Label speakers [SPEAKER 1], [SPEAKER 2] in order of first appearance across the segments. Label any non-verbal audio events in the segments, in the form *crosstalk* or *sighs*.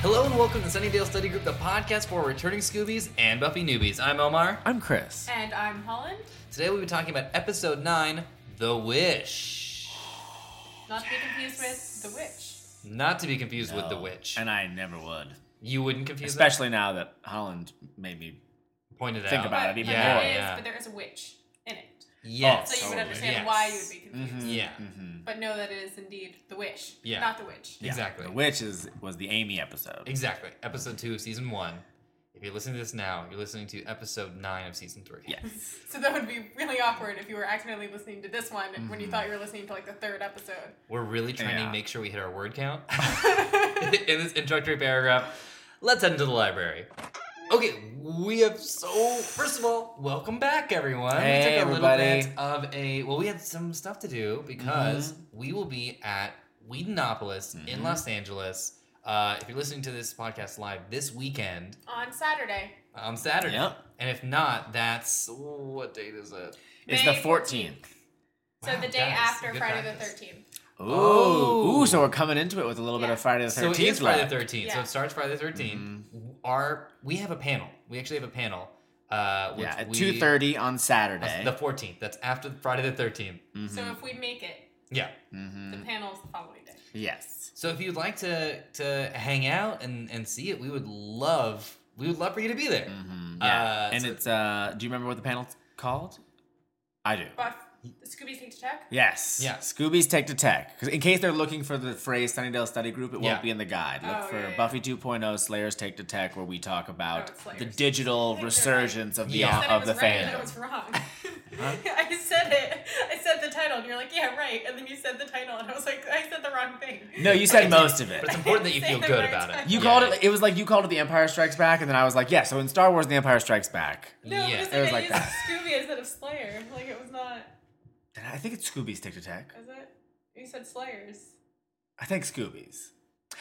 [SPEAKER 1] Hello and welcome to Sunnydale Study Group, the podcast for returning Scoobies and Buffy newbies. I'm Omar.
[SPEAKER 2] I'm Chris.
[SPEAKER 3] And I'm Holland.
[SPEAKER 1] Today we'll be talking about episode 9, The Wish.
[SPEAKER 3] Not to be confused with The Witch.
[SPEAKER 1] Not to be confused with The
[SPEAKER 2] No.
[SPEAKER 1] Witch.
[SPEAKER 2] And I never would.
[SPEAKER 1] you wouldn't confuse
[SPEAKER 2] Especially now that Holland made me.
[SPEAKER 1] that? Point it
[SPEAKER 2] think
[SPEAKER 1] out.
[SPEAKER 2] about it
[SPEAKER 3] but,
[SPEAKER 2] even
[SPEAKER 1] more.
[SPEAKER 3] but There is,
[SPEAKER 1] Yeah.
[SPEAKER 3] But there is a witch in it.
[SPEAKER 1] Yes.
[SPEAKER 3] So you would
[SPEAKER 2] Totally.
[SPEAKER 3] understand
[SPEAKER 1] Yes.
[SPEAKER 3] why you would be confused.
[SPEAKER 1] Mm-hmm. Yeah.
[SPEAKER 2] mhm.
[SPEAKER 3] But know that it is indeed The Wish,
[SPEAKER 1] Yeah.
[SPEAKER 3] not The Witch.
[SPEAKER 2] Yeah,
[SPEAKER 1] Exactly.
[SPEAKER 2] The Witch is, was the Amy episode.
[SPEAKER 1] Exactly. Episode 2 of season 1. If you're listening to this now, you're listening to episode 9 of season 3.
[SPEAKER 2] Yes.
[SPEAKER 3] So that would be really awkward if you were accidentally listening to this one when
[SPEAKER 1] Mm-hmm.
[SPEAKER 3] you thought you were listening to like the third episode. *laughs*
[SPEAKER 1] We're really trying to
[SPEAKER 2] Yeah.
[SPEAKER 1] make sure we hit our word
[SPEAKER 2] *laughs*
[SPEAKER 1] count *laughs* in this introductory paragraph. Let's head into the library. Okay, we have so. First of all, welcome back, everyone. we
[SPEAKER 2] Hey,
[SPEAKER 1] took a
[SPEAKER 2] everybody.
[SPEAKER 1] little bit of a. Well, we had some stuff to do because
[SPEAKER 2] Mm-hmm.
[SPEAKER 1] we will be at Weedonopolis in
[SPEAKER 2] Mhm.
[SPEAKER 1] Los Angeles. Uh, if you're listening to this podcast live this weekend
[SPEAKER 3] On Saturday,
[SPEAKER 1] on Saturday,
[SPEAKER 2] Yep.
[SPEAKER 1] and if not, that's what date is it?
[SPEAKER 2] It's
[SPEAKER 3] May
[SPEAKER 2] the 14th.
[SPEAKER 3] so
[SPEAKER 1] Wow,
[SPEAKER 3] the day
[SPEAKER 1] guys,
[SPEAKER 3] after
[SPEAKER 1] good
[SPEAKER 3] Friday
[SPEAKER 1] practice.
[SPEAKER 3] the 13th.
[SPEAKER 2] Ooh.
[SPEAKER 1] Oh.
[SPEAKER 2] Ooh, so we're coming into it with a little bit
[SPEAKER 3] Yeah.
[SPEAKER 2] of Friday the Mm-hmm. 13th.
[SPEAKER 1] So it is Friday the 13th. So
[SPEAKER 3] Yeah.
[SPEAKER 1] it starts Friday the 13th. Our we have a panel. We actually have a panel. Uh, which
[SPEAKER 2] Yeah, at
[SPEAKER 1] we-
[SPEAKER 2] 2.30 on Saturday.
[SPEAKER 1] that's The 14th. That's after Friday the 13th.
[SPEAKER 2] Mhm,
[SPEAKER 3] So if we make it,
[SPEAKER 1] Yeah.
[SPEAKER 2] mhm.
[SPEAKER 3] the
[SPEAKER 1] Mm-hmm.
[SPEAKER 3] panel's the following day.
[SPEAKER 2] Yes.
[SPEAKER 1] So if you'd like to to hang out and and see it, we would love we would love for you to be there.
[SPEAKER 2] Mhm, Yeah.
[SPEAKER 1] Uh,
[SPEAKER 2] and
[SPEAKER 1] so-
[SPEAKER 2] it's, uh, do you remember what the panel's called? I
[SPEAKER 1] Oh,
[SPEAKER 2] do.
[SPEAKER 3] Buff, the Scoobies need to check.
[SPEAKER 2] Yes.
[SPEAKER 1] Yeah.
[SPEAKER 2] Scooby's Tech to Tech. 'Cause in case they're looking for the phrase Sunnydale Study Group, it
[SPEAKER 1] Yeah.
[SPEAKER 2] won't be in the guide. Look
[SPEAKER 3] Oh,
[SPEAKER 2] for
[SPEAKER 3] yeah, yeah. Oh,
[SPEAKER 2] Buffy 2.0 Slayers Take to Tech, where we talk about
[SPEAKER 3] it's Slayers.
[SPEAKER 2] the digital
[SPEAKER 3] I think they're right.
[SPEAKER 2] resurgence of the
[SPEAKER 1] Yeah.
[SPEAKER 3] said it
[SPEAKER 2] of
[SPEAKER 3] was
[SPEAKER 2] the
[SPEAKER 3] right and then
[SPEAKER 2] fandom.
[SPEAKER 3] it
[SPEAKER 2] *laughs*
[SPEAKER 3] was wrong. *laughs* I said it. I said the title, and you're like, "Yeah, right." And then you said the title, and I was like, "I said the wrong thing."
[SPEAKER 2] No, you said most of it.
[SPEAKER 1] But it's important
[SPEAKER 3] *laughs*
[SPEAKER 1] that you feel
[SPEAKER 3] Say the
[SPEAKER 1] good
[SPEAKER 3] right
[SPEAKER 1] about it.
[SPEAKER 3] time.
[SPEAKER 2] You
[SPEAKER 1] Yeah.
[SPEAKER 2] called it. It was like you called it The Empire Strikes Back, and then I was like, yeah. So in Star Wars, The Empire Strikes Back,
[SPEAKER 3] No,
[SPEAKER 1] Yeah.
[SPEAKER 3] because
[SPEAKER 2] It was
[SPEAKER 3] I
[SPEAKER 2] like
[SPEAKER 3] used
[SPEAKER 2] that.
[SPEAKER 3] Scooby instead of Slayer. Like it was not.
[SPEAKER 2] And I think it's Scooby's Tick to Tech.
[SPEAKER 3] Is it? You said Slayers.
[SPEAKER 2] I think Scooby's.
[SPEAKER 3] *laughs*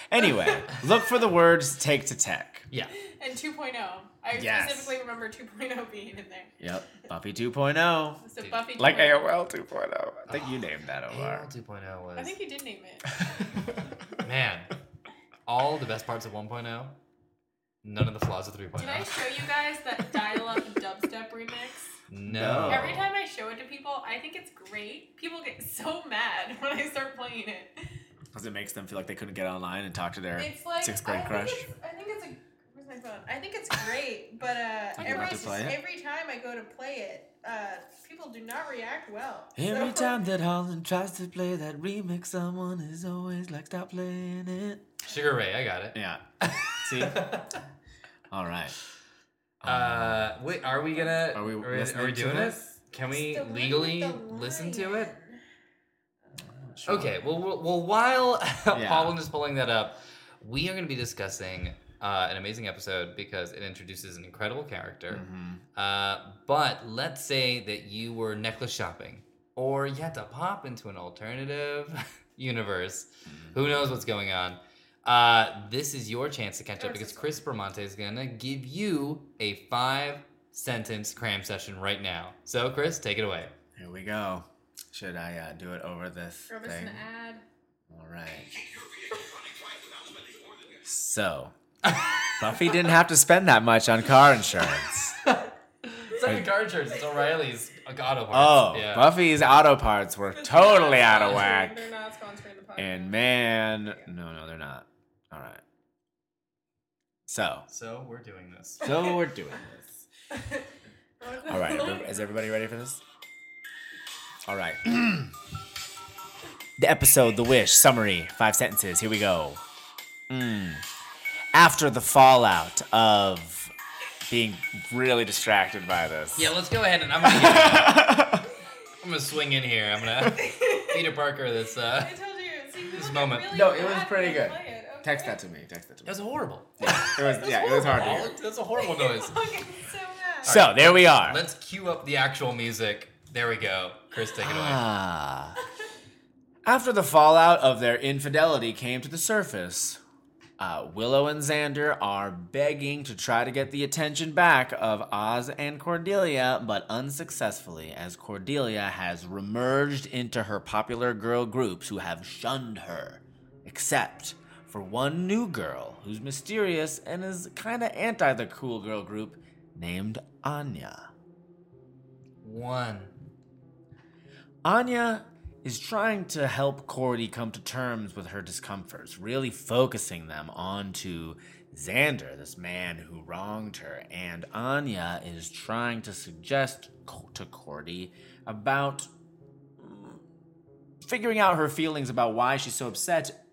[SPEAKER 2] Anyway, look for the words Take to Tech.
[SPEAKER 1] Yeah.
[SPEAKER 3] And 2.0. I
[SPEAKER 2] Yes.
[SPEAKER 3] specifically remember 2.0 being in there.
[SPEAKER 2] Yep, Buffy 2.0.
[SPEAKER 3] So
[SPEAKER 1] Dude.
[SPEAKER 3] Buffy. oh.
[SPEAKER 2] Like
[SPEAKER 3] 2.0.
[SPEAKER 2] AOL 2.0. oh. I think you named that
[SPEAKER 1] AOL
[SPEAKER 2] over.
[SPEAKER 1] 2.0 was *laughs*
[SPEAKER 3] I think you did name
[SPEAKER 2] *laughs*
[SPEAKER 3] it.
[SPEAKER 1] man. All the best parts of 1.0. None of the flaws of oh? 3.0.
[SPEAKER 3] Did I show you guys that dial-up dubstep remix?
[SPEAKER 1] No.
[SPEAKER 2] No.
[SPEAKER 3] Every time I show it to people, I think it's great. People get so mad *laughs* when I start playing it.
[SPEAKER 2] *laughs* Because it makes them feel like they couldn't get online and talk to their
[SPEAKER 3] It's like
[SPEAKER 2] sixth grade
[SPEAKER 3] I
[SPEAKER 2] crush.
[SPEAKER 3] Think it's, I think it's a. Where's my phone? I think it's great, but uh,
[SPEAKER 2] I'd
[SPEAKER 3] every
[SPEAKER 2] love to play it.
[SPEAKER 3] every time I go to play it, uh, people do not react well.
[SPEAKER 2] Every
[SPEAKER 3] So- *laughs*
[SPEAKER 2] time that Holland tries to play that remix, someone is always like, stop playing it.
[SPEAKER 1] Sugar Ray, I got
[SPEAKER 2] Yeah. *laughs* See?
[SPEAKER 1] it. *laughs*
[SPEAKER 2] All right.
[SPEAKER 1] Uh, wait, are we gonna?
[SPEAKER 2] Are we
[SPEAKER 1] Are,
[SPEAKER 2] listening
[SPEAKER 1] we
[SPEAKER 2] to
[SPEAKER 1] doing it?
[SPEAKER 2] this?
[SPEAKER 1] Can
[SPEAKER 3] It's
[SPEAKER 1] we
[SPEAKER 3] the one with
[SPEAKER 1] legally
[SPEAKER 3] the
[SPEAKER 1] listen to it?
[SPEAKER 3] lion.
[SPEAKER 2] Sure.
[SPEAKER 1] Okay. Well, well, well while *laughs*
[SPEAKER 2] Yeah.
[SPEAKER 1] Holland is pulling that up, we are going to be discussing uh, an amazing episode because it introduces an incredible character.
[SPEAKER 2] Mhm.
[SPEAKER 1] Uh, but let's say that you were necklace shopping, or you had to pop into an alternative *laughs* universe.
[SPEAKER 2] Mm-hmm.
[SPEAKER 1] Who knows what's going on? Uh, this is your chance to catch up
[SPEAKER 3] Or
[SPEAKER 1] because
[SPEAKER 3] it's-
[SPEAKER 1] Chris Bramante is gonna give you a five sentence cram session right now. So, Chris, take it away.
[SPEAKER 2] Here we go. Should I uh, do it over this
[SPEAKER 3] Or if it's
[SPEAKER 2] thing?
[SPEAKER 3] an ad.
[SPEAKER 2] All right. So, Buffy didn't have to spend that much on car insurance.
[SPEAKER 1] It's not your car insurance, it's O'Reilly's Agado
[SPEAKER 2] Oh,
[SPEAKER 1] yeah.
[SPEAKER 2] Buffy's auto parts were
[SPEAKER 3] It's
[SPEAKER 2] totally out
[SPEAKER 3] not
[SPEAKER 2] of
[SPEAKER 3] sponsored.
[SPEAKER 2] whack.
[SPEAKER 3] They're not sponsoring the podcast.
[SPEAKER 2] And *laughs* man, no, no, they're not. All right. So,
[SPEAKER 1] So, we're doing this.
[SPEAKER 2] so we're doing this. All right, every- *laughs*
[SPEAKER 3] Is
[SPEAKER 2] is everybody ready for this? All right. the episode, The Wish, summary, five sentences. Here we go. Mm. After the fallout of being really distracted by this. *laughs*
[SPEAKER 1] Yeah, let's go ahead and I'm gonna, I'm gonna swing in here. I'm gonna *laughs* Peter Parker this. Uh,
[SPEAKER 3] I told you. See, people
[SPEAKER 1] This
[SPEAKER 3] get
[SPEAKER 1] moment.
[SPEAKER 3] Really
[SPEAKER 2] No, it was
[SPEAKER 3] mad when
[SPEAKER 2] pretty
[SPEAKER 3] I
[SPEAKER 2] good.
[SPEAKER 3] play it. Okay.
[SPEAKER 2] Text that to me. Text that to me.
[SPEAKER 1] that's horrible.
[SPEAKER 2] It was, yeah, it was hard to hear.
[SPEAKER 1] That's a horrible noise.
[SPEAKER 3] *laughs* People get so mad.
[SPEAKER 2] *laughs* So there we are.
[SPEAKER 1] *laughs* Let's cue up the actual music. There we go. Chris, take it away.
[SPEAKER 2] Ah. After the fallout of their infidelity came to the surface, uh, Willow and Xander are begging to try to get the attention back of Oz and Cordelia, but unsuccessfully, as Cordelia has remerged into her popular girl groups who have shunned her, except for one new girl who's mysterious and is kind of anti the cool girl group named Anya.
[SPEAKER 1] One.
[SPEAKER 2] Anya is trying to help Cordy come to terms with her discomforts, really focusing them onto Xander, this man who wronged her. And Anya is trying to suggest co- to Cordy about mm, figuring out her feelings about why she's so upset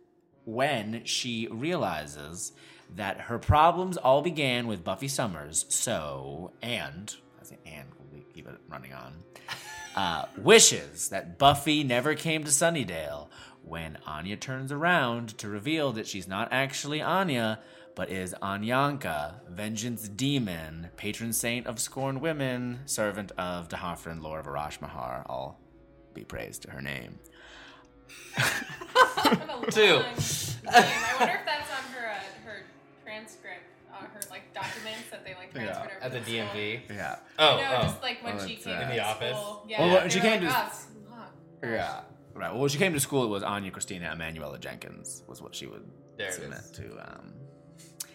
[SPEAKER 2] when she realizes that her problems all began with Buffy Summers. So, and, I say and, we'll keep it running on uh, wishes that Buffy never came to Sunnydale when Anya turns around to reveal that she's not actually Anya, but is Anyanka, vengeance demon, patron saint of scorned women, servant of Dahafra and Lord of Arash Mahar. All be praised to her name.
[SPEAKER 1] Two.
[SPEAKER 3] Two. I wonder if that's on her uh, her transcript, uh, her like documents that they like
[SPEAKER 2] Yeah.
[SPEAKER 3] transferred over
[SPEAKER 1] At the
[SPEAKER 3] to school.
[SPEAKER 1] DMV.
[SPEAKER 2] Yeah.
[SPEAKER 1] Oh,
[SPEAKER 3] no,
[SPEAKER 1] oh.
[SPEAKER 3] just like when
[SPEAKER 2] Oh,
[SPEAKER 3] she
[SPEAKER 2] it's,
[SPEAKER 3] came
[SPEAKER 2] uh,
[SPEAKER 3] to
[SPEAKER 1] In the office?
[SPEAKER 3] School. Yeah.
[SPEAKER 2] Well, when she
[SPEAKER 3] they were
[SPEAKER 2] came
[SPEAKER 3] like,
[SPEAKER 2] to-
[SPEAKER 3] "Oh, it's not-
[SPEAKER 2] Yeah. Right. Well, when she came to school, it was Anya Christina Emanuela Jenkins, was what she would
[SPEAKER 1] There it
[SPEAKER 2] submit
[SPEAKER 1] is.
[SPEAKER 2] to. Um...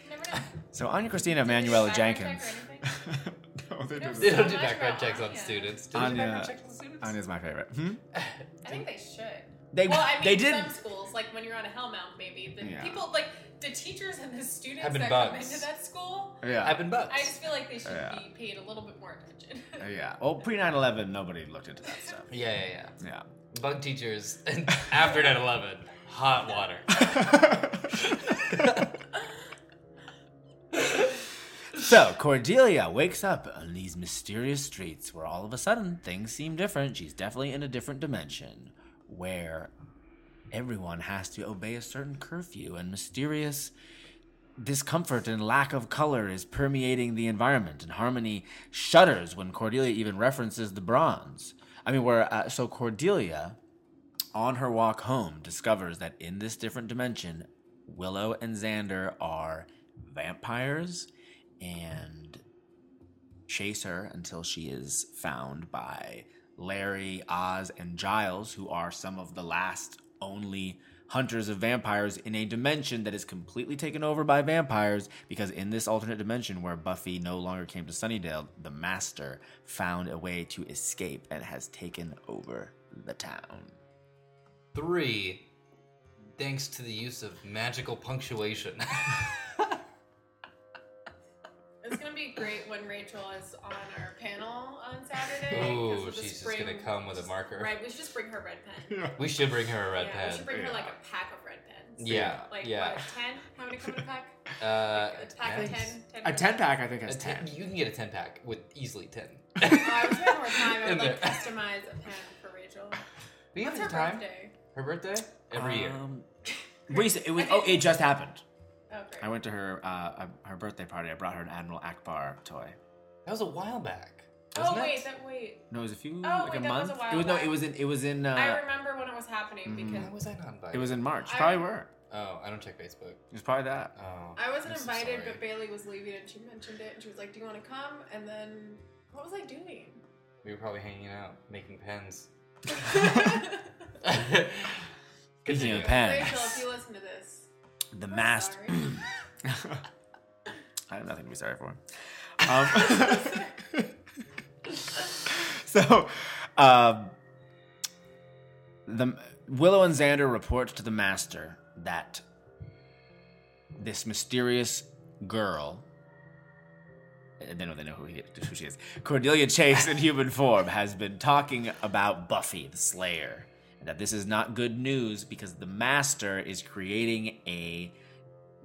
[SPEAKER 3] Never know.
[SPEAKER 2] So, Anya Christina
[SPEAKER 3] Did they
[SPEAKER 2] *laughs*
[SPEAKER 3] do
[SPEAKER 2] Emanuela
[SPEAKER 3] background
[SPEAKER 2] Jenkins.
[SPEAKER 3] check
[SPEAKER 2] *laughs* no, they
[SPEAKER 3] No.
[SPEAKER 1] They *laughs*
[SPEAKER 2] didn't.
[SPEAKER 1] don't do
[SPEAKER 3] So much
[SPEAKER 1] background
[SPEAKER 3] about
[SPEAKER 1] checks on
[SPEAKER 3] Anya.
[SPEAKER 1] students. Do they do
[SPEAKER 2] Anya-
[SPEAKER 1] background checks on students?
[SPEAKER 2] Anya's my favorite. Hmm?
[SPEAKER 3] *laughs* I think they should.
[SPEAKER 2] They,
[SPEAKER 3] well, I mean,
[SPEAKER 2] they did.
[SPEAKER 3] some schools, like when you're on a hell mount, maybe the
[SPEAKER 2] Yeah.
[SPEAKER 3] people, like the teachers and the students
[SPEAKER 1] Having
[SPEAKER 3] that come
[SPEAKER 1] bugs.
[SPEAKER 3] into that school.
[SPEAKER 2] Yeah.
[SPEAKER 1] I've been bucks.
[SPEAKER 3] I just feel like they should
[SPEAKER 2] Yeah.
[SPEAKER 3] be paid a little bit more attention. *laughs*
[SPEAKER 2] Uh, Yeah. Well, pre 9 11, nobody looked into that stuff.
[SPEAKER 1] Yeah, yeah, yeah.
[SPEAKER 2] Yeah.
[SPEAKER 1] Bug teachers *laughs* after 9 11. Hot
[SPEAKER 3] *laughs*
[SPEAKER 1] water.
[SPEAKER 2] so, Cordelia wakes up on these mysterious streets where all of a sudden things seem different. She's definitely in a different dimension where everyone has to obey a certain curfew and mysterious discomfort and lack of color is permeating the environment and harmony shudders when cordelia even references the bronze i mean where uh, so cordelia on her walk home discovers that in this different dimension willow and xander are vampires and chase her until she is found by Larry, Oz, and Giles, who are some of the last only hunters of vampires in a dimension that is completely taken over by vampires. Because in this alternate dimension where Buffy no longer came to Sunnydale, the Master found a way to escape and has taken over the town.
[SPEAKER 1] Three, thanks to the use of magical
[SPEAKER 3] *laughs*
[SPEAKER 1] punctuation.
[SPEAKER 3] It's gonna be great when Rachel is on our panel on Saturday. 'cause
[SPEAKER 1] Ooh,
[SPEAKER 3] of the
[SPEAKER 1] she's just
[SPEAKER 3] spring-
[SPEAKER 1] gonna come with a marker.
[SPEAKER 3] Right, we should just bring her red pen.
[SPEAKER 1] *laughs* we should bring her a *laughs* red
[SPEAKER 3] yeah, we
[SPEAKER 1] pen.
[SPEAKER 3] should bring
[SPEAKER 2] Yeah.
[SPEAKER 3] her like a pack of red pens.
[SPEAKER 1] yeah,
[SPEAKER 3] Like
[SPEAKER 1] yeah.
[SPEAKER 3] what, ten? How many come in a pack?
[SPEAKER 1] *laughs* Uh,
[SPEAKER 3] a pack of
[SPEAKER 1] yeah.
[SPEAKER 3] 10, 10
[SPEAKER 2] pack, I think,
[SPEAKER 1] A ten. You can get a ten pack with easily
[SPEAKER 3] *laughs*
[SPEAKER 1] ten. *laughs*
[SPEAKER 3] Oh, I wish we had more time. I
[SPEAKER 1] In
[SPEAKER 3] would like
[SPEAKER 1] there.
[SPEAKER 3] customize a pen for Rachel.
[SPEAKER 1] We have
[SPEAKER 3] What's her
[SPEAKER 1] the time.
[SPEAKER 3] birthday?
[SPEAKER 1] Her birthday every year.
[SPEAKER 2] Uh,
[SPEAKER 3] Um,
[SPEAKER 2] *laughs* Recent, it was. Oh, it just happened.
[SPEAKER 3] Oh, great.
[SPEAKER 2] I went to her uh, her birthday party. I brought her an Admiral Akbar toy.
[SPEAKER 1] That was a while back.
[SPEAKER 3] oh
[SPEAKER 1] wasn't it?
[SPEAKER 3] wait, that wait.
[SPEAKER 2] No, it was a few
[SPEAKER 3] Oh,
[SPEAKER 2] like
[SPEAKER 3] wait,
[SPEAKER 2] a
[SPEAKER 3] that
[SPEAKER 2] month.
[SPEAKER 3] was a while
[SPEAKER 2] it was no,
[SPEAKER 3] back.
[SPEAKER 2] it was in it was in
[SPEAKER 3] I
[SPEAKER 2] uh,
[SPEAKER 3] remember when it was happening
[SPEAKER 2] mhm.
[SPEAKER 3] because
[SPEAKER 1] Why was I not invited?
[SPEAKER 2] it was in March.
[SPEAKER 3] I-
[SPEAKER 2] Probably were.
[SPEAKER 1] Oh, I don't check Facebook.
[SPEAKER 2] It was probably that.
[SPEAKER 1] Oh,
[SPEAKER 3] I wasn't
[SPEAKER 1] I'm so
[SPEAKER 3] invited,
[SPEAKER 1] sorry.
[SPEAKER 3] but Bailey was leaving and she mentioned it and she was like, "Do you want to come?" And then what was I doing?
[SPEAKER 1] *laughs*
[SPEAKER 3] *laughs*
[SPEAKER 1] we were probably hanging out making
[SPEAKER 2] *laughs*
[SPEAKER 1] pens.
[SPEAKER 2] Speaking
[SPEAKER 1] Continue.
[SPEAKER 2] of pens,
[SPEAKER 3] Rachel, if you listen to this,
[SPEAKER 2] the
[SPEAKER 3] I'm
[SPEAKER 2] master.
[SPEAKER 3] sorry.
[SPEAKER 2] I have nothing to be sorry for. Um, *laughs* so, um, the Willow and Xander report to the master that this mysterious girl. uh, They know they know who, he, who she is. Cordelia Chase in human form has been talking about Buffy the Slayer, and that this is not good news because the Master is creating a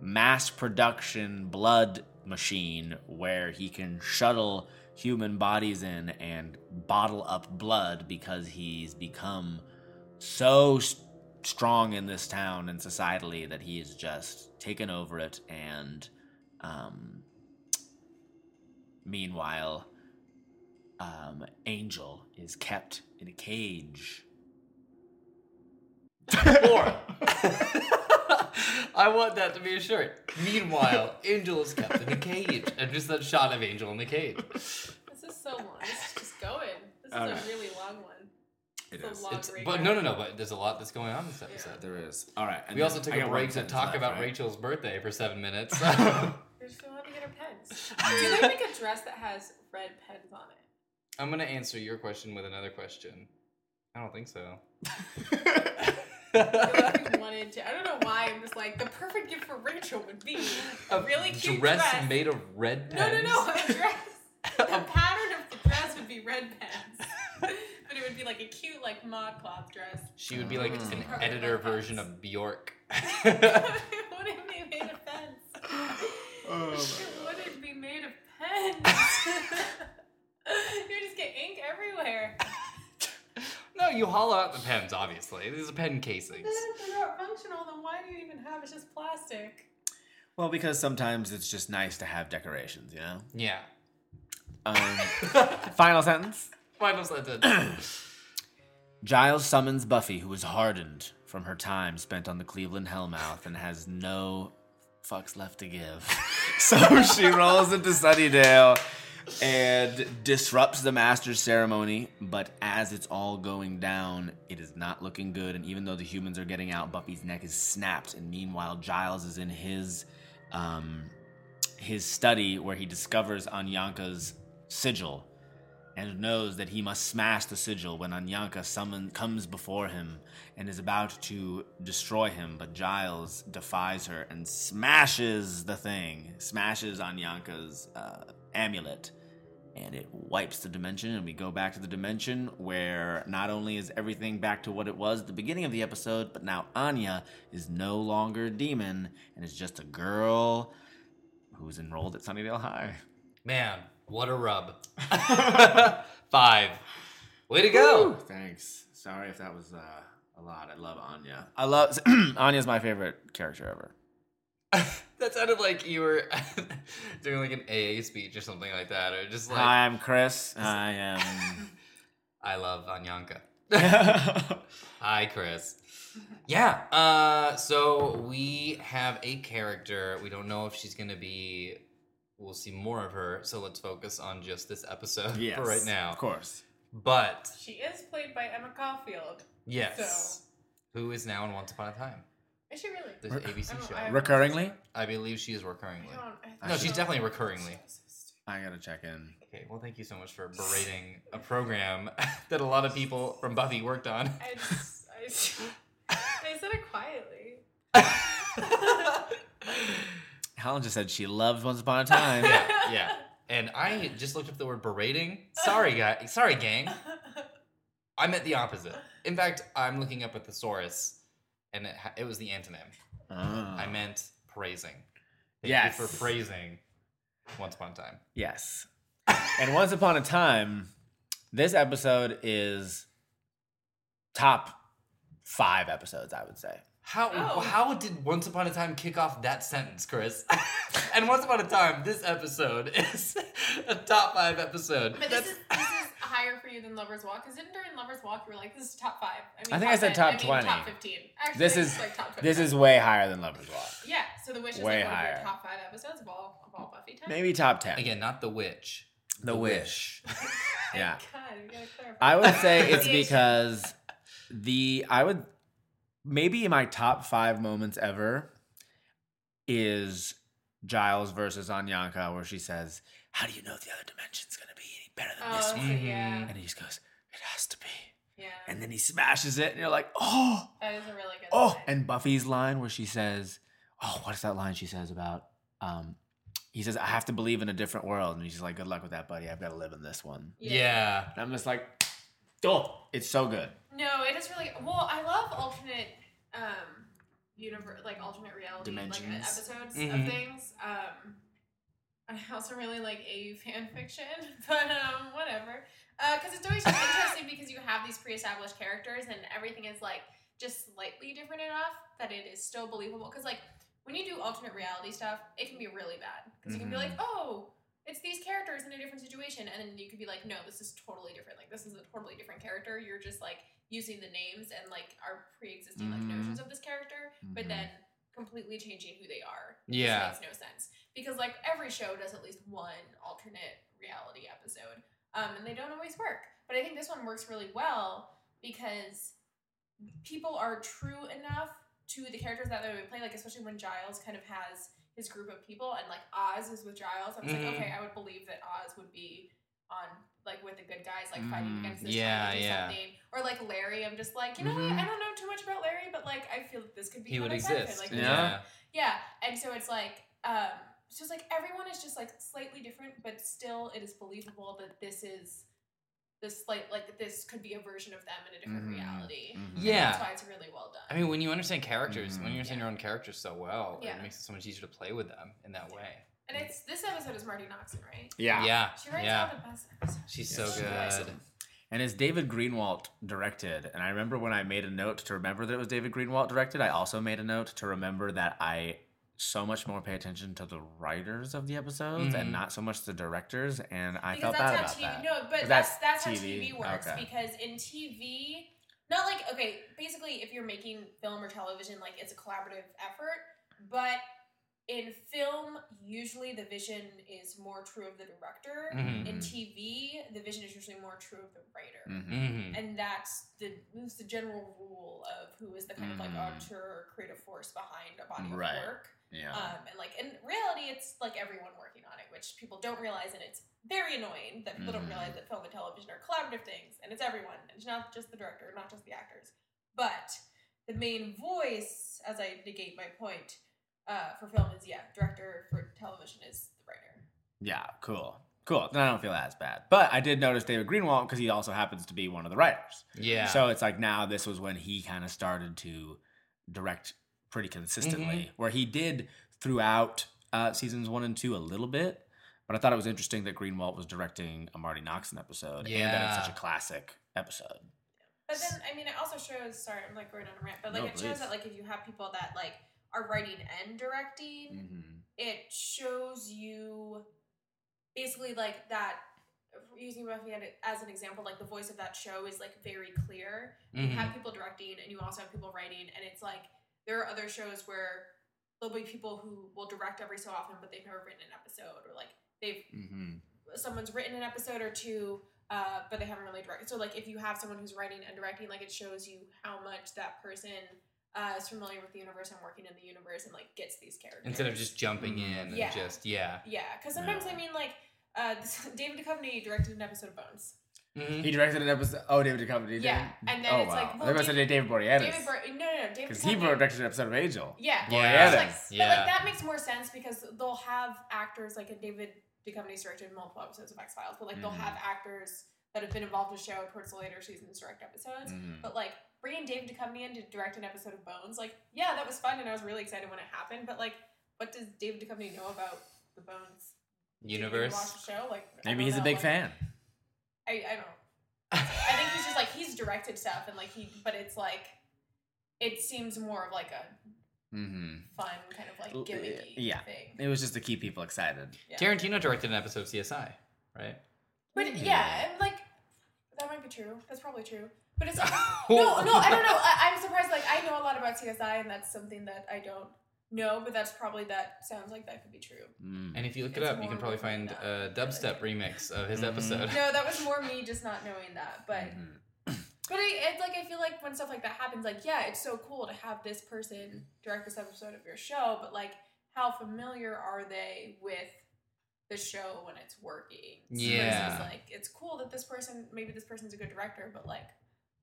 [SPEAKER 2] mass production blood machine where he can shuttle human bodies in and bottle up blood because he's become so s strong in this town and societally that he has just taken over it and um meanwhile um angel is kept in a cage
[SPEAKER 1] Four. *laughs* I want that to be a shirt. Meanwhile, Angel is kept in a cage. And just that shot of Angel in the cage.
[SPEAKER 3] This is so long. This is just going. This is
[SPEAKER 2] All
[SPEAKER 3] a
[SPEAKER 2] right.
[SPEAKER 3] really long one.
[SPEAKER 2] It
[SPEAKER 3] It's a
[SPEAKER 2] is.
[SPEAKER 3] lot.
[SPEAKER 1] It's,
[SPEAKER 3] Hungry
[SPEAKER 1] but
[SPEAKER 3] now.
[SPEAKER 1] no, no, no. But there's a lot that's going on this episode.
[SPEAKER 2] There is. All right. and
[SPEAKER 1] We
[SPEAKER 2] then
[SPEAKER 1] also took
[SPEAKER 2] I
[SPEAKER 1] a
[SPEAKER 2] got
[SPEAKER 1] break
[SPEAKER 2] one
[SPEAKER 1] to
[SPEAKER 2] sentence
[SPEAKER 1] talk
[SPEAKER 2] left,
[SPEAKER 1] about
[SPEAKER 2] right?
[SPEAKER 1] Rachel's birthday for seven
[SPEAKER 2] *laughs*
[SPEAKER 1] minutes. *laughs*
[SPEAKER 3] They're still having to get her pens. Do they make a dress that has red pens on it?
[SPEAKER 1] I'm gonna answer your question with another question. I don't think so. *laughs*
[SPEAKER 3] I feel like we wanted to. I don't know why. I'm just like the perfect gift for Rachel would be a *laughs* really cute
[SPEAKER 1] dress,
[SPEAKER 3] dress.
[SPEAKER 1] made of red
[SPEAKER 3] no, no,
[SPEAKER 1] pens. *laughs*
[SPEAKER 3] *laughs* no, a dress. The pattern of the dress would be red pens, but it would be like a cute like mod cloth dress.
[SPEAKER 1] She would be like
[SPEAKER 2] Mm.
[SPEAKER 1] an editor version of Bjork.
[SPEAKER 3] it wouldn't be made of pens.
[SPEAKER 2] Oh,
[SPEAKER 3] it wouldn't be made of pens. *laughs* you just get ink everywhere.
[SPEAKER 1] no, you hollow out the pens, obviously. These are pen
[SPEAKER 3] *laughs*
[SPEAKER 1] casings.
[SPEAKER 3] If they're not functional, then why do you even have it? It's just plastic.
[SPEAKER 2] Well, because sometimes it's just nice to have decorations, you know?
[SPEAKER 1] Yeah.
[SPEAKER 2] Um, *laughs* final sentence.
[SPEAKER 1] Final sentence.
[SPEAKER 2] Giles summons Buffy, who is hardened from her time spent on the Cleveland Hellmouth and has no fucks left to give. *laughs* so she rolls into Sunnydale and disrupts the Master's ceremony. But as it's all going down, it is not looking good. And even though the humans are getting out, Buffy's neck is snapped. And meanwhile, Giles is in his um, his study where he discovers Anyanka's sigil and knows that he must smash the sigil when Anyanka summon, comes before him and is about to destroy him, but Giles defies her and smashes the thing, smashes Anyanka's uh, amulet, and it wipes the dimension. And we go back to the dimension where not only is everything back to what it was at the beginning of the episode, but now Anya is no longer a demon and is just a girl who's enrolled at Sunnydale High.
[SPEAKER 1] Man, what a rub. Five. Way to go.
[SPEAKER 2] Woo, Oh, Thanks. Sorry if that was uh, a lot. I love Anya. I love *clears throat* Anya's my favorite character ever.
[SPEAKER 1] *laughs* That sounded like you were *laughs* doing like an AA speech or something like that, or just like
[SPEAKER 2] Hi, I'm Chris.
[SPEAKER 1] *laughs*
[SPEAKER 2] I *laughs* am.
[SPEAKER 1] I love Anyanka.
[SPEAKER 2] yeah.
[SPEAKER 1] Hi, Chris. Yeah. Uh, so we have a character. We don't know if she's gonna be. We'll see more of her. So let's focus on just this episode *laughs* for right now.
[SPEAKER 2] Of course.
[SPEAKER 1] But
[SPEAKER 3] She is played by Emma Caulfield.
[SPEAKER 1] yes, who is now in Once Upon a Time?
[SPEAKER 3] Is she really?
[SPEAKER 1] This
[SPEAKER 2] Re-
[SPEAKER 1] ABC
[SPEAKER 3] I don't-
[SPEAKER 1] show.
[SPEAKER 3] Oh, I
[SPEAKER 1] I,
[SPEAKER 3] have-
[SPEAKER 2] Recurringly?
[SPEAKER 1] believe she is recurringly.
[SPEAKER 3] I don't- I-
[SPEAKER 2] No, she's
[SPEAKER 1] definitely recurringly.
[SPEAKER 3] So stupid.
[SPEAKER 2] I gotta check in.
[SPEAKER 1] Okay. Well, thank you so much for berating a program *laughs* that a lot of people from Buffy worked on.
[SPEAKER 3] I just,
[SPEAKER 1] *laughs*
[SPEAKER 3] I, just- I said it quietly.
[SPEAKER 2] Helen just said she loved Once Upon a
[SPEAKER 1] *laughs*
[SPEAKER 2] Time.
[SPEAKER 1] yeah, yeah. *laughs* And I just looked up the word berating. Sorry, guy. Sorry, gang.
[SPEAKER 3] *laughs*
[SPEAKER 1] I meant the opposite. In fact, I'm looking up a thesaurus, and it, ha- it was the antonym.
[SPEAKER 2] Ah.
[SPEAKER 1] I meant praising. Thank
[SPEAKER 2] Yes.
[SPEAKER 1] you for praising. Once upon a time.
[SPEAKER 2] Yes. and Once Upon a Time, this episode is top five episodes, I would say.
[SPEAKER 1] How
[SPEAKER 3] Oh.
[SPEAKER 1] how did Once Upon a Time kick off that sentence, Chris? *laughs* and Once Upon a Time, this episode *laughs* is a top five episode.
[SPEAKER 3] But this
[SPEAKER 1] That's-
[SPEAKER 3] is, this is higher for you than Lovers Walk. Because didn't during Lovers Walk you were like, this is top five. I, mean,
[SPEAKER 2] I think I said top 20.
[SPEAKER 3] Top 15. Actually,
[SPEAKER 2] This
[SPEAKER 3] I
[SPEAKER 2] is-
[SPEAKER 3] think it's like top 20.
[SPEAKER 2] This is way higher than Lover's Walk.
[SPEAKER 3] Yeah, so The Witch is
[SPEAKER 2] Way
[SPEAKER 3] like one of
[SPEAKER 2] higher.
[SPEAKER 3] your top five episodes of all, of all Buffy time.
[SPEAKER 2] Maybe top 10.
[SPEAKER 1] again not the witch.
[SPEAKER 2] The Wish. Yeah.
[SPEAKER 3] God, we gotta clarify.
[SPEAKER 2] I would say it's
[SPEAKER 3] Pronunciation.
[SPEAKER 2] because the I would maybe my top five moments ever is Giles versus Anyanka, where she says, "How do you know the other dimension's gonna be any better than
[SPEAKER 3] Oh,
[SPEAKER 2] this
[SPEAKER 3] so
[SPEAKER 2] one?"
[SPEAKER 3] yeah,
[SPEAKER 2] And he just goes, "It has to be."
[SPEAKER 3] yeah.
[SPEAKER 2] And then he smashes it, and you're like, "Oh,
[SPEAKER 3] That is a really good.
[SPEAKER 2] oh!"
[SPEAKER 3] line.
[SPEAKER 2] And Buffy's line where she says, "Oh, what is that line she says about?" Um, he says, "I have to believe in a different world," and she's like, "Good luck with that, buddy. I've got to live in this one."
[SPEAKER 1] yeah.
[SPEAKER 2] And I'm just like, oh, it's so good.
[SPEAKER 3] No, it is really well. I love alternate um universe, like alternate reality, like
[SPEAKER 2] Dimensions.
[SPEAKER 3] episodes
[SPEAKER 1] Mhm.
[SPEAKER 3] of things. Um, I also really like AU fan fiction, *laughs* but um, whatever. Because it's always just interesting because you have these pre-established characters and everything is like just slightly different enough that it is still believable. Because like when you do alternate reality stuff, it can be really bad because you can be
[SPEAKER 2] Mhm.
[SPEAKER 3] like, oh. It's these characters in a different situation, and then you could be like, "No, this is totally different. Like, this is a totally different character. You're just like using the names and like our pre-existing like
[SPEAKER 2] Mhm.
[SPEAKER 3] notions of this character, but
[SPEAKER 2] Mhm.
[SPEAKER 3] then completely changing who they are.
[SPEAKER 1] Yeah.
[SPEAKER 3] just makes no sense because like every show does at least one alternate reality episode, um, and they don't always work. But I think this one works really well because people are true enough to the characters that they would play, like especially when Giles kind of has his group of people and like Oz is with Giles. I was
[SPEAKER 1] Mhm.
[SPEAKER 3] like, okay, I would believe that Oz would be on like with the good guys, like fighting
[SPEAKER 1] Mm,
[SPEAKER 3] against this
[SPEAKER 1] yeah,
[SPEAKER 3] yeah, to do
[SPEAKER 1] yeah.
[SPEAKER 3] something. Or like Larry, I'm just like, you know
[SPEAKER 1] Mhm.
[SPEAKER 3] what? I don't know too much about Larry, but like I feel that this could be
[SPEAKER 1] He
[SPEAKER 3] kind
[SPEAKER 1] would
[SPEAKER 3] of benefit,
[SPEAKER 1] exist.
[SPEAKER 3] Like,
[SPEAKER 2] Yeah.
[SPEAKER 3] yeah, and so it's like, um, it's just like everyone is just like slightly different, but still it is believable that this is this like like this could be a version of them in a different
[SPEAKER 2] Mhm.
[SPEAKER 3] reality.
[SPEAKER 1] Mm-hmm. Yeah.
[SPEAKER 3] That's why it's really well done.
[SPEAKER 1] I mean, when you understand characters, when
[SPEAKER 2] Mhm.
[SPEAKER 1] you understand
[SPEAKER 3] Yeah.
[SPEAKER 1] your own characters so well,
[SPEAKER 3] Yeah.
[SPEAKER 1] it makes it so much easier to play with them in that way.
[SPEAKER 3] and it's this episode is Marty Noxon, right?
[SPEAKER 1] Yeah. Yeah.
[SPEAKER 3] She writes all the best episodes.
[SPEAKER 1] She's
[SPEAKER 2] Yeah,
[SPEAKER 1] so
[SPEAKER 2] she's
[SPEAKER 1] good.
[SPEAKER 2] awesome. And it's David Greenwalt directed. And I remember when I made a note to remember that it was David Greenwalt directed, I also made a note to remember that I so much more pay attention to the writers of the episodes
[SPEAKER 1] Mhm.
[SPEAKER 2] and not so much the directors. And I
[SPEAKER 3] because
[SPEAKER 2] felt bad
[SPEAKER 3] that's
[SPEAKER 2] about
[SPEAKER 3] how TV.
[SPEAKER 2] that.
[SPEAKER 3] No, but
[SPEAKER 2] Because
[SPEAKER 3] that's
[SPEAKER 2] that's
[SPEAKER 3] that's, how
[SPEAKER 2] TV.
[SPEAKER 3] TV works
[SPEAKER 2] Okay.
[SPEAKER 3] because in TV, not like okay, basically if you're making film or television, like it's a collaborative effort, but in film, usually the vision is more true of the director.
[SPEAKER 1] Mhm.
[SPEAKER 3] In
[SPEAKER 2] Mm-hmm.
[SPEAKER 3] TV, the vision is usually more true of the writer.
[SPEAKER 2] Mhm.
[SPEAKER 1] Mhm.
[SPEAKER 3] And that's the that's the general rule of who is the kind of like
[SPEAKER 2] Mhm.
[SPEAKER 3] auteur or creative force behind a body
[SPEAKER 2] Right.
[SPEAKER 3] of work.
[SPEAKER 2] Yeah.
[SPEAKER 3] Um, and like in reality, it's like everyone working on it, which people don't realize, and it's very annoying that people
[SPEAKER 2] Mhm.
[SPEAKER 3] don't realize that film and television are collaborative things, and it's everyone, and it's not just the director, not just the actors, but the main voice. As I negate my point, uh, for film is yeah, director for television is the writer.
[SPEAKER 2] yeah. Cool. Cool. Then I don't feel as bad. But I did notice David Greenwalt because he also happens to be one of the writers.
[SPEAKER 1] Yeah.
[SPEAKER 2] So it's like now this was when he kind of started to direct pretty
[SPEAKER 3] Mm-hmm.
[SPEAKER 2] consistently, where he did throughout uh, seasons one and two a little bit. But I thought it was interesting that Greenwald was directing a Marty Noxon episode, and that it's
[SPEAKER 1] Yeah.
[SPEAKER 2] such a classic episode.
[SPEAKER 3] But then, I mean, it also shows. Sorry, I'm like going on a rant, but like
[SPEAKER 2] No,
[SPEAKER 3] it shows
[SPEAKER 2] please.
[SPEAKER 3] that like if you have people that like are writing and directing, it shows you basically like that using Buffy as an example like the voice of that show is like very clear you
[SPEAKER 1] Mhm.
[SPEAKER 3] have people directing and you also have people writing and it's like there are other shows where there'll be people who will direct every so often but they've never written an episode or like they've
[SPEAKER 2] Mm-hmm.
[SPEAKER 3] someone's written an episode or two uh, but they haven't really directed so like if you have someone who's writing and directing like it shows you how much that person uh, is familiar with the universe and working in the universe and like gets these characters
[SPEAKER 1] Instead of just jumping in and
[SPEAKER 3] Yeah.
[SPEAKER 1] just, yeah.
[SPEAKER 3] yeah, because sometimes
[SPEAKER 2] Yeah.
[SPEAKER 3] I mean, like, uh, *laughs* this, David Duchovny directed an episode of Bones.
[SPEAKER 1] Mhm.
[SPEAKER 2] He directed an episode. Oh, David Duchovny. did?
[SPEAKER 3] Yeah, and then
[SPEAKER 2] oh,
[SPEAKER 3] it's
[SPEAKER 2] wow.
[SPEAKER 3] like, well,
[SPEAKER 2] I was gonna say David
[SPEAKER 3] David
[SPEAKER 2] Boreanaz
[SPEAKER 3] Bur- no, no, no, David
[SPEAKER 2] because he
[SPEAKER 3] Duchovny-
[SPEAKER 2] directed an episode of Angel.
[SPEAKER 3] Yeah,
[SPEAKER 1] Yeah.
[SPEAKER 3] It's like- but
[SPEAKER 1] Yeah.
[SPEAKER 3] like that makes more sense because they'll have actors like and David Duchovny's directed multiple episodes of X Files, but like they'll
[SPEAKER 2] Mhm.
[SPEAKER 3] have actors that have been involved with the show towards the later seasons direct episodes.
[SPEAKER 2] Mhm.
[SPEAKER 3] But like bringing David Duchovny in to direct an episode of Bones, like yeah, that was fun and I was really excited when it happened. But like, what does David Duchovny know about the Bones Did he even Watch
[SPEAKER 1] Universe.
[SPEAKER 3] the show? Like I
[SPEAKER 2] Maybe
[SPEAKER 3] don't
[SPEAKER 2] he's a
[SPEAKER 3] know,
[SPEAKER 2] big
[SPEAKER 3] like,
[SPEAKER 2] fan.
[SPEAKER 3] I, I don't. I think
[SPEAKER 1] *laughs*
[SPEAKER 3] he's just like he's directed stuff and like he, but it's like it seems more of like a
[SPEAKER 2] Mm-hmm.
[SPEAKER 3] fun kind of like
[SPEAKER 2] L-
[SPEAKER 3] gimmicky
[SPEAKER 2] yeah.
[SPEAKER 3] thing.
[SPEAKER 2] It was just to keep people excited.
[SPEAKER 3] Yeah.
[SPEAKER 1] Tarantino directed an episode of CSI, right?
[SPEAKER 3] But yeah. and like that might be true. That's probably true.
[SPEAKER 2] *laughs*
[SPEAKER 3] But it's like, no,
[SPEAKER 1] Oh.
[SPEAKER 3] *laughs* no, I don't know. I, I'm surprised. Like I know a lot about CSI, and that's something that I don't know. But that's probably that sounds like that could
[SPEAKER 2] *laughs*
[SPEAKER 3] be true.
[SPEAKER 2] Mm.
[SPEAKER 1] And if you look it
[SPEAKER 3] It's
[SPEAKER 1] up, you can
[SPEAKER 3] more
[SPEAKER 1] probably
[SPEAKER 3] like
[SPEAKER 1] find
[SPEAKER 3] that,
[SPEAKER 1] a dubstep remix of his
[SPEAKER 2] Mhm.
[SPEAKER 1] episode.
[SPEAKER 3] No, that was more me just not knowing that. But
[SPEAKER 2] Mhm.
[SPEAKER 3] But I, it's like I feel like when stuff like that happens, like yeah, it's so cool to have this person direct this episode of your show, but like how familiar are they with the show when it's working?
[SPEAKER 1] Yeah.
[SPEAKER 3] versus, like it's cool that this person, maybe this person's a good director, but like,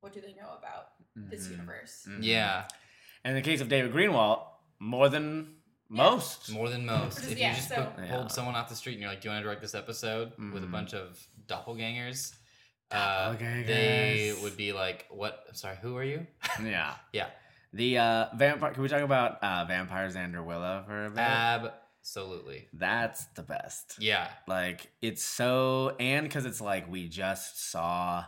[SPEAKER 3] what do they know about this
[SPEAKER 2] Mhm.
[SPEAKER 3] universe?
[SPEAKER 1] *laughs*
[SPEAKER 2] Mhm.
[SPEAKER 1] Yeah,
[SPEAKER 2] And in the case of David Greenwald, more than most.
[SPEAKER 1] more than most.
[SPEAKER 3] Just-
[SPEAKER 1] If
[SPEAKER 3] yeah,
[SPEAKER 1] you just
[SPEAKER 3] so-
[SPEAKER 1] put,
[SPEAKER 2] Yeah.
[SPEAKER 1] pulled someone off the street and you're like, "Do you want to direct this episode with a
[SPEAKER 2] Mhm.
[SPEAKER 1] bunch of doppelgangers?" Uh, they
[SPEAKER 2] Doppelgangers.
[SPEAKER 1] would be like, "What? I'm sorry, who are you?"
[SPEAKER 2] *laughs* Yeah.
[SPEAKER 1] Yeah.
[SPEAKER 2] The uh, vampire. Can we talk about uh, vampires and Willow for a bit?
[SPEAKER 1] Absolutely.
[SPEAKER 2] That's the best.
[SPEAKER 1] Uh, Yeah.
[SPEAKER 2] Like it's so, and because it's like we just saw,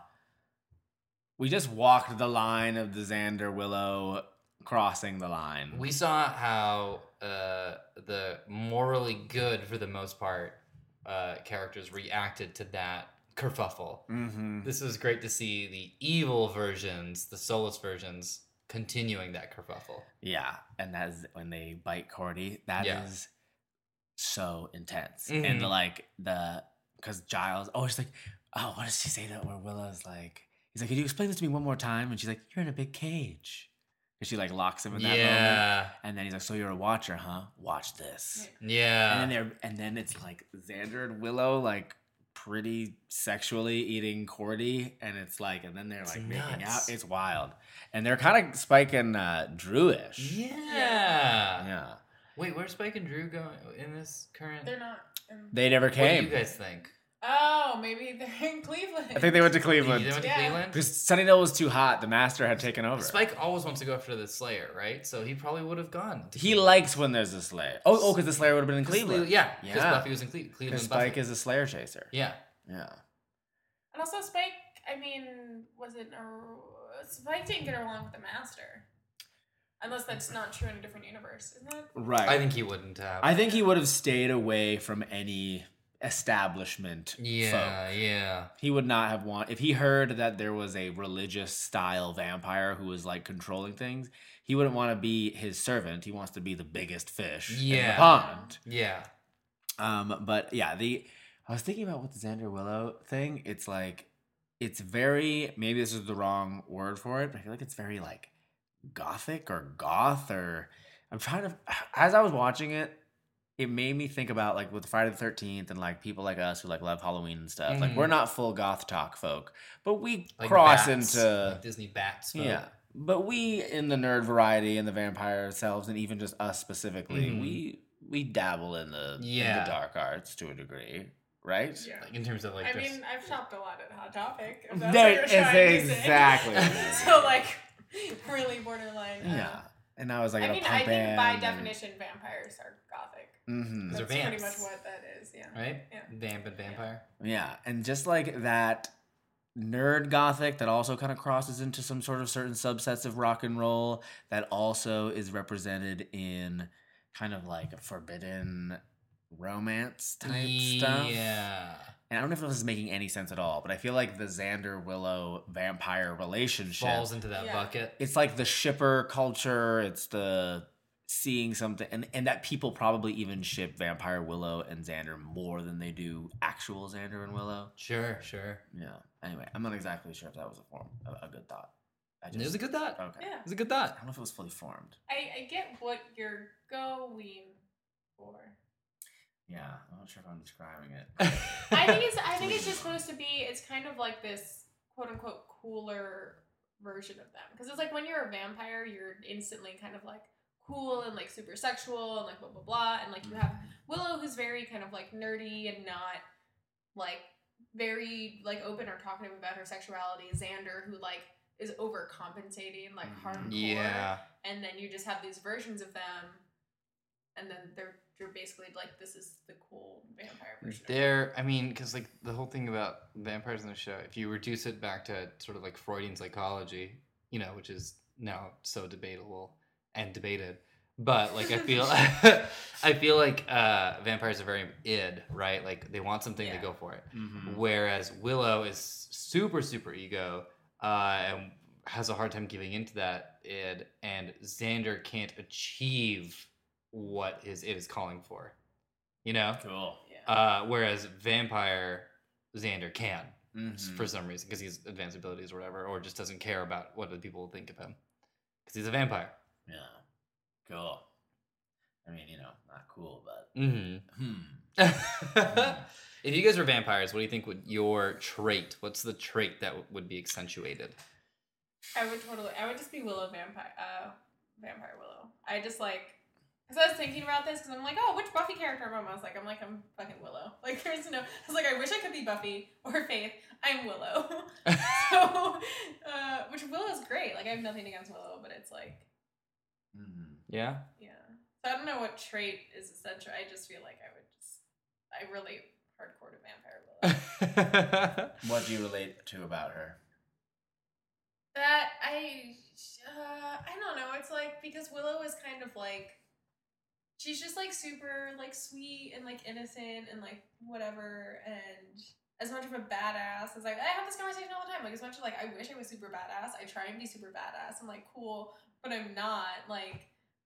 [SPEAKER 2] we just walked the line of the Xander Willow crossing the line.
[SPEAKER 1] We saw how uh, the morally good, for the most part, uh, characters reacted to that kerfuffle.
[SPEAKER 2] Mm-hmm.
[SPEAKER 1] This was great to see the evil versions, the soulless versions, continuing that kerfuffle.
[SPEAKER 2] Yeah, and that's when they bite Cordy. That is
[SPEAKER 1] Yeah.
[SPEAKER 2] so intense.
[SPEAKER 1] Mhm.
[SPEAKER 2] And like the because Giles, oh, she's like, oh, what does she say that where Willow's like, He's like, "Could you explain this to me one more time?" And she's like, "You're in a big cage." And she like locks him in that moment.
[SPEAKER 1] yeah.
[SPEAKER 2] And then he's like, "So you're a watcher, huh? Watch this."
[SPEAKER 1] Yeah.
[SPEAKER 2] And then they're and then it's like Xander and Willow like pretty sexually eating Cordy, and it's like and then they're
[SPEAKER 1] It's
[SPEAKER 2] like making
[SPEAKER 1] nuts.
[SPEAKER 2] out. It's wild, and they're kind of spiking uh, Drewish.
[SPEAKER 1] yeah.
[SPEAKER 2] yeah,
[SPEAKER 1] Wait, where's Spike and Drew going in this current?
[SPEAKER 3] They're not. In-
[SPEAKER 2] they never
[SPEAKER 1] what do
[SPEAKER 2] came.
[SPEAKER 1] you guys think?
[SPEAKER 3] oh, maybe they're *laughs* in Cleveland.
[SPEAKER 2] I think they went to
[SPEAKER 1] They went
[SPEAKER 2] Cleveland
[SPEAKER 1] to
[SPEAKER 3] Yeah.
[SPEAKER 1] Cleveland?
[SPEAKER 2] because Sunnydale was too hot. The Master had taken over.
[SPEAKER 1] Spike always wants to go after the Slayer, right? So he probably would have gone. to
[SPEAKER 2] He
[SPEAKER 1] Cleveland.
[SPEAKER 2] likes when there's a Slayer. Oh, oh, because the Slayer would have been in
[SPEAKER 1] 'Cause Cle-
[SPEAKER 2] Cleveland.
[SPEAKER 1] Yeah, because
[SPEAKER 2] Yeah.
[SPEAKER 1] Buffy was in Cle- Cleveland.
[SPEAKER 2] because Spike
[SPEAKER 1] Buffy.
[SPEAKER 2] is a Slayer chaser.
[SPEAKER 1] Yeah.
[SPEAKER 2] Yeah.
[SPEAKER 3] And also, Spike. I mean, wasn't a, Spike didn't get along with the Master, unless that's not true in a different universe, isn't it?
[SPEAKER 2] Right.
[SPEAKER 1] I think he wouldn't have.
[SPEAKER 2] I think he would have stayed away from any establishment. folk.
[SPEAKER 1] yeah, yeah.
[SPEAKER 2] He would not have want if he heard that there was a religious style vampire who was like controlling things. He wouldn't want to be his servant. He wants to be the biggest fish in the
[SPEAKER 1] Yeah.
[SPEAKER 2] pond.
[SPEAKER 1] Yeah.
[SPEAKER 2] Um, but yeah, the I was thinking about with the Xander Willow thing. It's like it's very maybe this is the wrong word for it, but I feel like it's very like gothic or goth or I'm trying to *sighs* as I was watching it, it made me think about like with Friday the Thirteenth and like people like us who like love Halloween and stuff. Like
[SPEAKER 1] Mhm.
[SPEAKER 2] we're not full goth talk folk, but we
[SPEAKER 1] Like
[SPEAKER 2] cross
[SPEAKER 1] bats,
[SPEAKER 2] into
[SPEAKER 1] like Disney bats. but-
[SPEAKER 2] yeah. But we in the nerd variety and the vampire ourselves and even just us specifically,
[SPEAKER 1] Mhm.
[SPEAKER 2] we we dabble in the in the
[SPEAKER 1] Yeah.
[SPEAKER 2] dark arts to a degree, right?
[SPEAKER 1] Like in terms of like
[SPEAKER 3] I
[SPEAKER 1] just
[SPEAKER 3] mean, I've shopped a lot at Hot Topic. if that's what
[SPEAKER 2] That
[SPEAKER 3] you're
[SPEAKER 2] is
[SPEAKER 3] trying to say.
[SPEAKER 2] exactly. *laughs* what it is.
[SPEAKER 3] so like, really borderline. uh,
[SPEAKER 2] yeah. And I was like
[SPEAKER 3] I
[SPEAKER 2] at a
[SPEAKER 3] mean,
[SPEAKER 2] punk
[SPEAKER 3] I think by
[SPEAKER 2] band and-
[SPEAKER 3] definition, vampires are gothic.
[SPEAKER 2] Mhm.
[SPEAKER 1] Those are
[SPEAKER 3] That's pretty much
[SPEAKER 1] vamps.
[SPEAKER 3] what that is. Yeah.
[SPEAKER 1] right?
[SPEAKER 3] Yeah.
[SPEAKER 1] Vamp and vampire.
[SPEAKER 2] Yeah, and just like that nerd gothic that also kind of crosses into some sort of certain subsets of rock and roll that also is represented in kind of like forbidden romance type stuff.
[SPEAKER 1] Yeah.
[SPEAKER 2] And I don't know if this is making any sense at all, but I feel like the Xander Willow vampire relationship
[SPEAKER 1] Falls into that
[SPEAKER 3] Yeah.
[SPEAKER 1] bucket.
[SPEAKER 2] it's like the shipper culture, it's the seeing something and, and that people probably even ship Vampire Willow and Xander more than they do actual Xander and Willow.
[SPEAKER 1] Sure, sure.
[SPEAKER 2] Yeah. Anyway, I'm not exactly sure if that was a form a, a good thought. I
[SPEAKER 1] It was a good thought.
[SPEAKER 2] Okay.
[SPEAKER 3] Yeah.
[SPEAKER 1] It was a good
[SPEAKER 2] I
[SPEAKER 1] thought.
[SPEAKER 2] don't know if it was fully formed.
[SPEAKER 3] I, I get what you're going for.
[SPEAKER 2] Yeah. I'm not sure if I'm describing it.
[SPEAKER 3] I
[SPEAKER 1] *laughs*
[SPEAKER 3] think it's I think it's just supposed to be. It's kind of like this quote unquote cooler version of them because it's like when you're a vampire, you're instantly kind of like cool and like super sexual and like blah blah blah, and like *laughs* you have Willow, who's very kind of like nerdy and not like very like open or talkative about her sexuality. Xander, who like is overcompensating, like
[SPEAKER 2] Mhm.
[SPEAKER 3] hardcore.
[SPEAKER 1] Yeah.
[SPEAKER 3] And then you just have these versions of them, and then they're you're basically like this is the cool vampire version. of them.
[SPEAKER 1] There, I mean, because like the whole thing about vampires in the show, if you reduce it back to sort of like Freudian psychology, you know, which is now so debatable and debated, but like I feel, *laughs* I feel like uh, vampires are very id, right? Like they want something,
[SPEAKER 3] Yeah.
[SPEAKER 1] they go for it.
[SPEAKER 2] Mhm.
[SPEAKER 1] Whereas Willow is super, super ego uh, and has a hard time giving into that id, and Xander can't achieve what his id is calling for. You know?
[SPEAKER 2] Cool.
[SPEAKER 3] Yeah.
[SPEAKER 1] Uh, whereas Vampire Xander can s-
[SPEAKER 2] Mhm.
[SPEAKER 1] for some reason because he's advanced abilities or whatever, or just doesn't care about what other people think of him because he's a vampire.
[SPEAKER 2] Yeah. Cool. I mean, you know, not cool, but
[SPEAKER 1] Mm-hmm.
[SPEAKER 2] *laughs* hmm.
[SPEAKER 1] Hmm.
[SPEAKER 2] Mm-hmm.
[SPEAKER 1] *laughs* if you guys were vampires, what do you think would your trait? What's the trait that w- would be accentuated?
[SPEAKER 3] I would totally. I would just be Willow vampire. Uh, vampire Willow. I just like. Cause I was thinking about this, cause I'm like, oh, which Buffy character am I? I was like, I'm like, I'm fucking Willow. *laughs* Like, there's no. I was like, I wish I could be Buffy or Faith. I'm Willow. *laughs* so, uh, which Willow's great. Like, I have nothing against Willow, but it's like,
[SPEAKER 2] Mhm.
[SPEAKER 1] *laughs* Yeah.
[SPEAKER 3] yeah. So I don't know what trait is essential. I just feel like I would just. I relate hardcore to vampire
[SPEAKER 1] *laughs*
[SPEAKER 3] Willow.
[SPEAKER 2] What do you relate to about her?
[SPEAKER 3] That I uh, I don't know. It's like because Willow is kind of like she's just like super like sweet and like innocent and like whatever and as much of a badass as like I have this conversation all the time. Like as much as like I wish I was super badass, I try and be super badass and like cool, but I'm not. Like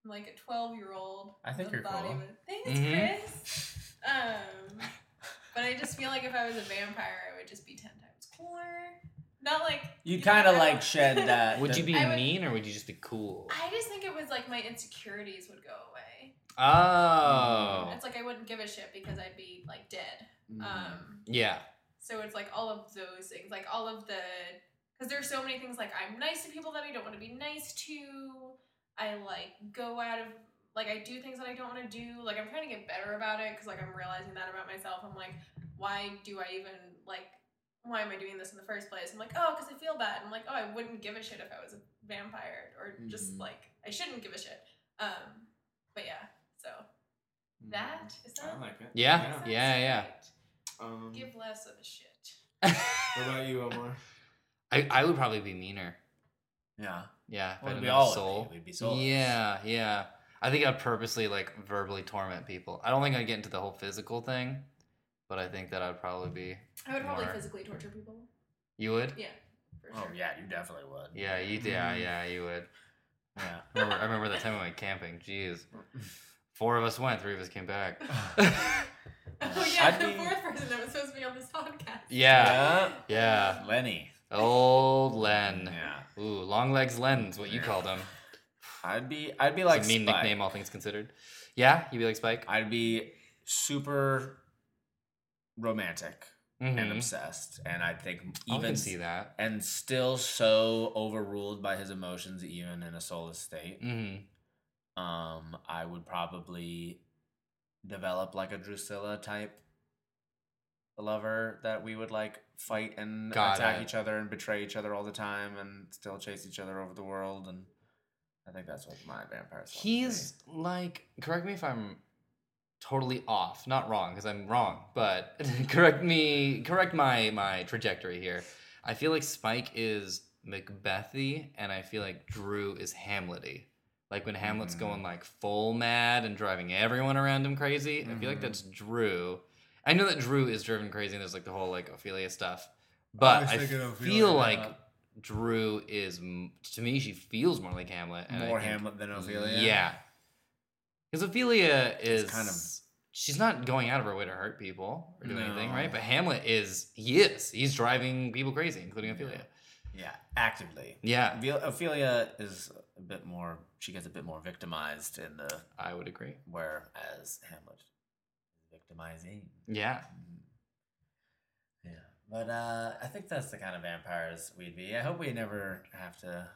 [SPEAKER 3] I'm like a twelve year old.
[SPEAKER 2] I think you're cool. Mm-hmm.
[SPEAKER 3] Thanks,
[SPEAKER 1] Mhm.
[SPEAKER 3] Chris. Um, but I just feel like if I was a vampire, I would just be ten times cooler. Not like
[SPEAKER 2] You'd kind of
[SPEAKER 1] *laughs*
[SPEAKER 2] like
[SPEAKER 3] *laughs*
[SPEAKER 2] shed that.
[SPEAKER 1] Would
[SPEAKER 2] the-
[SPEAKER 1] you be
[SPEAKER 3] I would-
[SPEAKER 1] mean or would you just be cool?
[SPEAKER 3] I just think it was like my insecurities would go away.
[SPEAKER 1] Oh.
[SPEAKER 3] It's like I wouldn't give a shit because I'd be like dead.
[SPEAKER 2] Mm.
[SPEAKER 1] uh,
[SPEAKER 3] Um,
[SPEAKER 1] Yeah. *laughs*
[SPEAKER 3] so it's like all of those things, like all of the, because there's so many things. Like I'm nice to people that I don't want to be nice to. I like go out of like I do things that I don't want to do. Like I'm trying to get better about it because like I'm realizing that about myself. I'm like, why do I even like? Why am I doing this in the first place? I'm like, oh, because I feel bad. I'm like, oh, I wouldn't give a shit if I was a vampire, or just
[SPEAKER 2] Mhm.
[SPEAKER 3] like I shouldn't give a shit. Um, but yeah, so that is that.
[SPEAKER 4] like it.
[SPEAKER 1] Yeah.
[SPEAKER 3] Sounds
[SPEAKER 1] yeah.
[SPEAKER 3] great.
[SPEAKER 4] Um,
[SPEAKER 3] Give less of a shit.
[SPEAKER 4] what about you, Omar?
[SPEAKER 1] I, I would probably be meaner.
[SPEAKER 2] Yeah.
[SPEAKER 1] Yeah. if I
[SPEAKER 2] Well,
[SPEAKER 1] didn't
[SPEAKER 2] we
[SPEAKER 1] have
[SPEAKER 2] all would be. We'd be soulless.
[SPEAKER 1] Yeah, yeah. I think I'd purposely like verbally torment people. I don't think I'd get into the whole physical thing, but I think that I'd probably be.
[SPEAKER 3] I would probably
[SPEAKER 1] Or-
[SPEAKER 3] physically torture people.
[SPEAKER 1] You would?
[SPEAKER 3] Yeah, for
[SPEAKER 2] Oh
[SPEAKER 3] sure.
[SPEAKER 2] yeah, you definitely would.
[SPEAKER 1] Yeah, you yeah,
[SPEAKER 2] Mm.
[SPEAKER 1] yeah, you would.
[SPEAKER 2] Yeah. *laughs*
[SPEAKER 1] I remember, I remember that time we went camping. Jeez. Four of us went, three of us came
[SPEAKER 2] *laughs*
[SPEAKER 1] back.
[SPEAKER 3] *laughs* Oh yeah,
[SPEAKER 2] I'd
[SPEAKER 3] the
[SPEAKER 2] be-
[SPEAKER 3] fourth person that was supposed to be on this podcast.
[SPEAKER 1] Yeah,
[SPEAKER 2] Yeah.
[SPEAKER 1] yeah.
[SPEAKER 2] Lenny.
[SPEAKER 1] Old Len.
[SPEAKER 2] Yeah.
[SPEAKER 1] Ooh, long legs Len is what you
[SPEAKER 2] Yeah.
[SPEAKER 1] called him.
[SPEAKER 2] I'd be. I'd be like
[SPEAKER 1] Like mean
[SPEAKER 2] Spike.
[SPEAKER 1] nickname, all things considered. Yeah, you'd be like Spike.
[SPEAKER 2] I'd be super romantic and
[SPEAKER 1] Mhm.
[SPEAKER 2] obsessed, and I think
[SPEAKER 1] Mm-hmm. I
[SPEAKER 2] even
[SPEAKER 1] can see that.
[SPEAKER 2] and still so overruled by his emotions, even in a soulless state.
[SPEAKER 1] hmm
[SPEAKER 2] Um, I would probably develop like a Drusilla type lover that we would like fight and
[SPEAKER 1] Got
[SPEAKER 2] attack
[SPEAKER 1] it.
[SPEAKER 2] each other and betray each other all the time and still chase each other over the world and I think that's what my vampire self would be.
[SPEAKER 1] He's like, correct me if I'm totally off. Not wrong, because I'm wrong, but *laughs* correct me, correct my my trajectory here. I feel like Spike is Macbethy, and I feel like Drew is Hamlety. Like when Hamlet's
[SPEAKER 2] Mhm.
[SPEAKER 4] Mm-hmm.
[SPEAKER 1] going like full mad and driving everyone around him crazy. I feel
[SPEAKER 4] Mm-hmm.
[SPEAKER 1] like
[SPEAKER 2] Mhm.
[SPEAKER 1] that's Drew. I know that Drew is driven crazy, and there's like the whole like Ophelia stuff. But
[SPEAKER 4] was
[SPEAKER 1] I,
[SPEAKER 4] thinking
[SPEAKER 1] feel
[SPEAKER 4] Ophelia,
[SPEAKER 1] like
[SPEAKER 4] yeah.
[SPEAKER 1] Drew is m- to me she feels more like Hamlet. and I
[SPEAKER 2] more
[SPEAKER 1] think-
[SPEAKER 2] Hamlet than Ophelia.
[SPEAKER 1] yeah. Because Ophelia is
[SPEAKER 2] kind
[SPEAKER 1] kind
[SPEAKER 2] of-
[SPEAKER 1] of she's not going out of her way to hurt people or do anything, right?
[SPEAKER 2] No.
[SPEAKER 1] But Hamlet is he is. He's driving people crazy, including Ophelia.
[SPEAKER 2] Yeah, actively.
[SPEAKER 1] Yeah,
[SPEAKER 2] Ophelia- Ophelia is a bit more. She gets a bit more victimized in the
[SPEAKER 1] I would agree.
[SPEAKER 2] whereas Hamlet is victimizing.
[SPEAKER 1] Yeah.
[SPEAKER 2] Yeah, but uh, I think that's the kind of vampires we'd be. I hope we never have to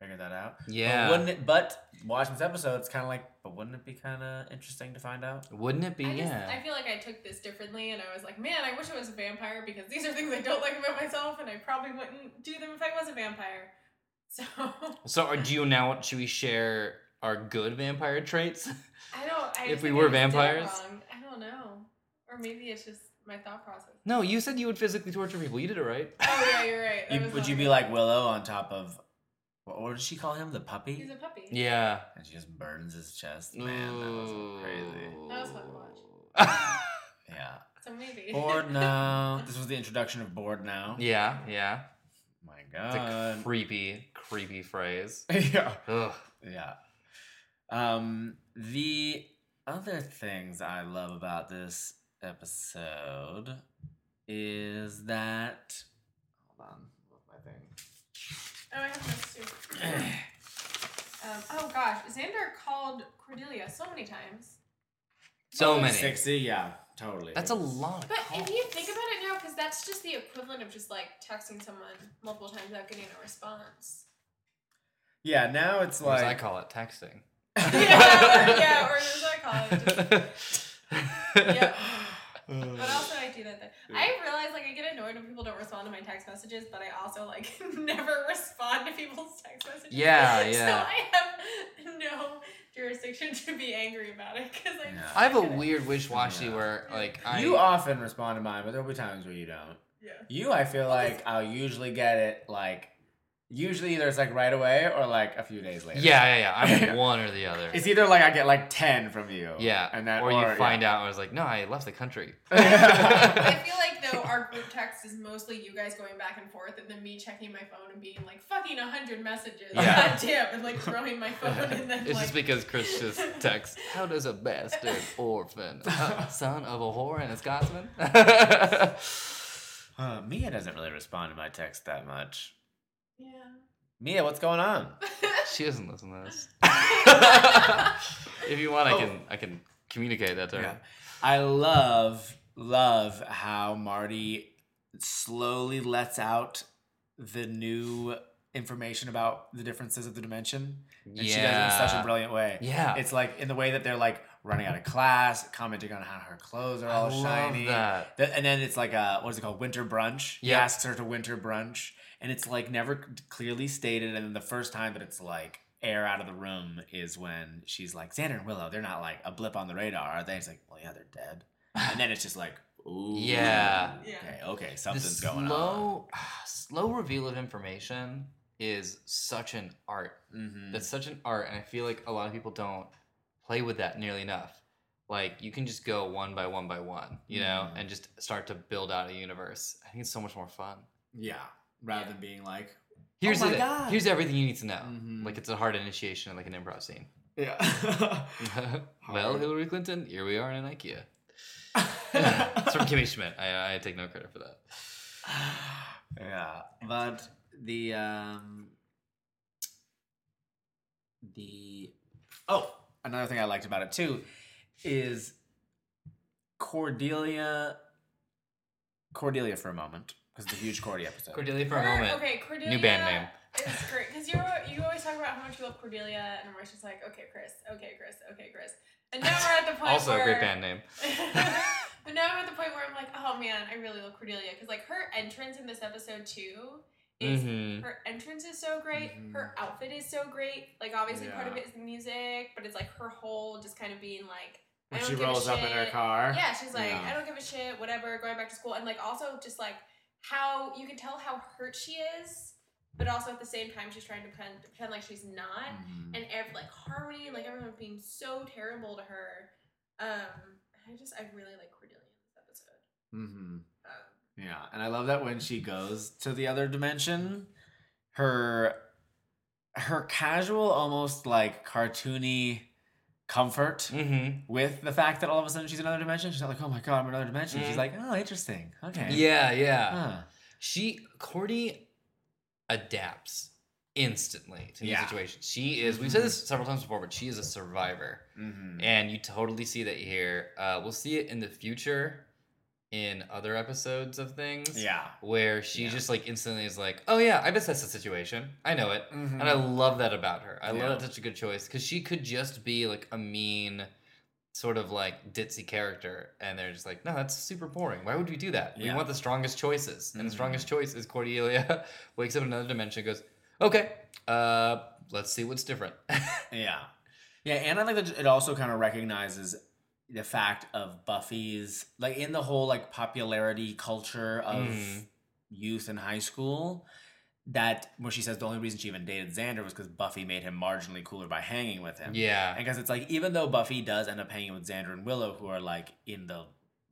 [SPEAKER 2] figure that out.
[SPEAKER 1] Yeah.
[SPEAKER 2] But wouldn't it? But watching this episode, it's kind of like. But wouldn't it be kind of interesting to find out?
[SPEAKER 1] Wouldn't it be?
[SPEAKER 3] I just
[SPEAKER 1] yeah.
[SPEAKER 3] I feel like I took this differently, and I was like, man, I wish I was a vampire because these are things I don't like about myself, and I probably wouldn't do them if I was a vampire. *laughs* So I
[SPEAKER 1] so, or do you now? Should we share our good vampire traits? *laughs*
[SPEAKER 3] don't. I
[SPEAKER 1] If
[SPEAKER 3] just
[SPEAKER 1] we
[SPEAKER 3] think I
[SPEAKER 1] were
[SPEAKER 3] just did it
[SPEAKER 1] vampires?
[SPEAKER 3] wrong. I don't know, or maybe it's just my thought process.
[SPEAKER 1] no, you said you would physically torture people. You did it right.
[SPEAKER 3] *laughs* Oh yeah, you're right. That
[SPEAKER 2] You,
[SPEAKER 3] was
[SPEAKER 2] would
[SPEAKER 3] not
[SPEAKER 2] you be
[SPEAKER 3] me.
[SPEAKER 2] like Willow on top of? What, what did she call him? The puppy?
[SPEAKER 3] He's a puppy.
[SPEAKER 1] Yeah.
[SPEAKER 2] and she just burns his chest. Man, that was crazy.
[SPEAKER 3] That was fun to watch.
[SPEAKER 1] watch.
[SPEAKER 2] Yeah.
[SPEAKER 3] So maybe.
[SPEAKER 2] Bored now. This was the introduction of bored now.
[SPEAKER 1] *laughs* yeah, yeah.
[SPEAKER 2] My
[SPEAKER 1] It's a
[SPEAKER 2] God.
[SPEAKER 1] creepy, creepy phrase.
[SPEAKER 2] *laughs* yeah.
[SPEAKER 1] Ugh.
[SPEAKER 2] Yeah. Um, the other things I love about this episode is that. Hold on. What's my thing?
[SPEAKER 3] *laughs* Oh, I have this too. um, oh gosh, Xander called Cordelia so many times. Um,
[SPEAKER 1] So
[SPEAKER 2] Oh,
[SPEAKER 1] many.
[SPEAKER 2] 60, yeah. Totally.
[SPEAKER 1] That's a lot. Of
[SPEAKER 3] But
[SPEAKER 1] calls.
[SPEAKER 3] if you think about it now, because that's just the equivalent of just like texting someone multiple times without getting
[SPEAKER 1] *laughs*
[SPEAKER 3] a response. *laughs*
[SPEAKER 2] Yeah, now it's
[SPEAKER 1] Or as I
[SPEAKER 2] like. *laughs*
[SPEAKER 1] call it texting.
[SPEAKER 3] yeah, or, *laughs* yeah, or as I call it.
[SPEAKER 1] *laughs*
[SPEAKER 3] Yeah. But also, I do that. Then. I realize like I get annoyed when people don't respond to my text messages, but I also like *laughs* never respond to people's text messages.
[SPEAKER 1] Yeah, yeah.
[SPEAKER 3] *laughs* So I have no jurisdiction to be angry about it because I.
[SPEAKER 2] Yeah.
[SPEAKER 1] I have a
[SPEAKER 3] get it.
[SPEAKER 1] weird wish washy
[SPEAKER 2] Yeah.
[SPEAKER 1] where like I
[SPEAKER 2] You often respond to mine, but there'll be times where you don't.
[SPEAKER 3] Yeah.
[SPEAKER 2] You, I feel like I'll usually get it like usually either it's like right away or like a few days later.
[SPEAKER 1] yeah yeah yeah
[SPEAKER 2] *laughs*
[SPEAKER 1] I'm one or the other
[SPEAKER 2] It's either like I get like ten from you.
[SPEAKER 1] yeah
[SPEAKER 2] And that
[SPEAKER 1] or,
[SPEAKER 2] yeah.
[SPEAKER 1] you find out and I was like no I left the
[SPEAKER 2] *laughs*
[SPEAKER 1] country *laughs*
[SPEAKER 3] I feel like though our group text is mostly you guys going back and forth, and then me checking my phone and being like fucking hundred messages,
[SPEAKER 1] Yeah.
[SPEAKER 3] *laughs* god damn, and like throwing my phone, and then
[SPEAKER 1] it's
[SPEAKER 3] like
[SPEAKER 1] just because Chris just
[SPEAKER 3] *laughs*
[SPEAKER 1] texts how does a
[SPEAKER 3] *laughs*
[SPEAKER 1] bastard orphan uh, son of a whore and a Scotsman
[SPEAKER 2] Huh, Mia doesn't really respond to my text that much.
[SPEAKER 3] Yeah.
[SPEAKER 2] Mia, what's
[SPEAKER 1] *laughs*
[SPEAKER 2] going on?
[SPEAKER 1] She doesn't listen to
[SPEAKER 3] *laughs*
[SPEAKER 1] this. if you want, I can I can communicate that to her.
[SPEAKER 2] Yeah. I love, love how Marty slowly lets out the new information about the differences of the dimension. And she does it in such a
[SPEAKER 1] Yeah.
[SPEAKER 2] brilliant way.
[SPEAKER 1] Yeah.
[SPEAKER 2] It's like in the way that they're like running out of class, commenting on how her clothes are
[SPEAKER 1] I
[SPEAKER 2] all
[SPEAKER 1] love
[SPEAKER 2] shiny.
[SPEAKER 1] that.
[SPEAKER 2] Th- And then it's like a what is it called? Winter brunch. He
[SPEAKER 1] Yeah.
[SPEAKER 2] asks her to winter brunch, and it's like never c- clearly stated. And then the first time that it's like air out of the room is when she's like Xander and Willow. They're not like a blip on the radar, are they? It's like, well, yeah, they're dead. And then it's just like, ooh,
[SPEAKER 1] Yeah.
[SPEAKER 3] Yeah.
[SPEAKER 2] okay, okay,
[SPEAKER 1] The
[SPEAKER 2] something's going on.
[SPEAKER 1] slow, *sighs* slow reveal of information is such an art.
[SPEAKER 2] Mhm.
[SPEAKER 1] That's such an art, and I feel like a lot of people don't play with that nearly enough. Like you can just go one by one by one, you know,
[SPEAKER 2] Mhm.
[SPEAKER 1] and just start to build out a universe. I think it's so much more fun.
[SPEAKER 2] yeah, rather than being like,
[SPEAKER 1] Here's
[SPEAKER 2] my
[SPEAKER 1] it-
[SPEAKER 2] God.
[SPEAKER 1] here's everything you need to know.
[SPEAKER 2] Mhm.
[SPEAKER 1] Like it's a hard initiation, in, like an improv scene. *laughs*
[SPEAKER 2] yeah. *laughs*
[SPEAKER 1] well, *laughs*
[SPEAKER 2] Hard. *laughs*
[SPEAKER 1] Hillary Clinton, here we are in an *laughs* IKEA. it's from Kimmy Schmidt. I, I take no credit for that.
[SPEAKER 2] *sighs* yeah, but the um the oh, another thing I liked about it too is Cordelia Cordelia for a moment because it's a huge Cordy episode.
[SPEAKER 1] Cordelia for a
[SPEAKER 3] Or-
[SPEAKER 1] moment.
[SPEAKER 3] Okay, Cordelia.
[SPEAKER 1] New band name.
[SPEAKER 3] It's great because you you always talk about how much you love Cordelia, and we're just like, okay, Chris, okay, Chris, okay, Chris, and now we're at the point.
[SPEAKER 1] Also,
[SPEAKER 3] where,
[SPEAKER 1] a great
[SPEAKER 3] *laughs*
[SPEAKER 1] band name.
[SPEAKER 3] but now I'm at the point where I'm like, oh man, I really love Cordelia because like her entrance in this episode too is
[SPEAKER 1] hmm
[SPEAKER 3] her entrance is so great. Her outfit is so great. Like obviously part of
[SPEAKER 2] Yeah.
[SPEAKER 3] it is the music, but it's like her whole just kind of being like I
[SPEAKER 4] When
[SPEAKER 3] don't
[SPEAKER 4] she
[SPEAKER 3] give a
[SPEAKER 4] rolls up in her
[SPEAKER 3] shit.
[SPEAKER 4] car.
[SPEAKER 3] Yeah, she's like,
[SPEAKER 2] Yeah.
[SPEAKER 3] I don't give a shit, whatever, going back to school. And like also just like how you can tell how hurt she is, but also at the same time she's trying to pretend, pretend like she's not.
[SPEAKER 2] Mhm.
[SPEAKER 3] And ev- like Harmony, like everyone being so terrible to her. Um, I just I really like Cordelia in this episode.
[SPEAKER 2] Mhm.
[SPEAKER 3] Um,
[SPEAKER 2] Yeah, and I love that when she goes to the other dimension, her her casual, almost like cartoony comfort
[SPEAKER 1] hmm
[SPEAKER 2] with the fact that all of a sudden she's in another dimension. She's not like, oh my god, I'm in another dimension. She's
[SPEAKER 1] Mhm.
[SPEAKER 2] like, oh, interesting. Okay.
[SPEAKER 1] Yeah, yeah.
[SPEAKER 2] Huh.
[SPEAKER 1] She Cordy adapts instantly to new
[SPEAKER 2] Yeah.
[SPEAKER 1] situations. She is. We've said this several times before, but she is a survivor,
[SPEAKER 2] Mm-hmm.
[SPEAKER 1] and you totally see that here. Uh, we'll see it in the future, in other episodes of things.
[SPEAKER 2] Yeah.
[SPEAKER 1] Where she
[SPEAKER 2] Yeah.
[SPEAKER 1] just like instantly is like, oh yeah, I've assessed the situation. I know it.
[SPEAKER 2] Mm-hmm.
[SPEAKER 1] And I love that about her. I
[SPEAKER 2] Mm. Yeah.
[SPEAKER 1] love that's such a good choice because she could just be like a mean, sort of like ditzy character, and they're just like, no, that's super boring. Why would we do that?
[SPEAKER 2] Yeah.
[SPEAKER 1] We want the strongest choices, and
[SPEAKER 2] Mhm.
[SPEAKER 1] the strongest choice is Cordelia *laughs* wakes up in another dimension, and goes, okay, uh, let's see what's different.
[SPEAKER 2] Yeah. Yeah, and I think that it also kind of recognizes the fact of Buffy's like in the whole like popularity culture of
[SPEAKER 1] Mhm.
[SPEAKER 2] youth in high school. That where she says the only reason she even dated Xander was because Buffy made him marginally cooler by hanging with him.
[SPEAKER 1] *laughs* yeah,
[SPEAKER 2] because it's like even though Buffy does end up hanging with Xander and Willow, who are like in the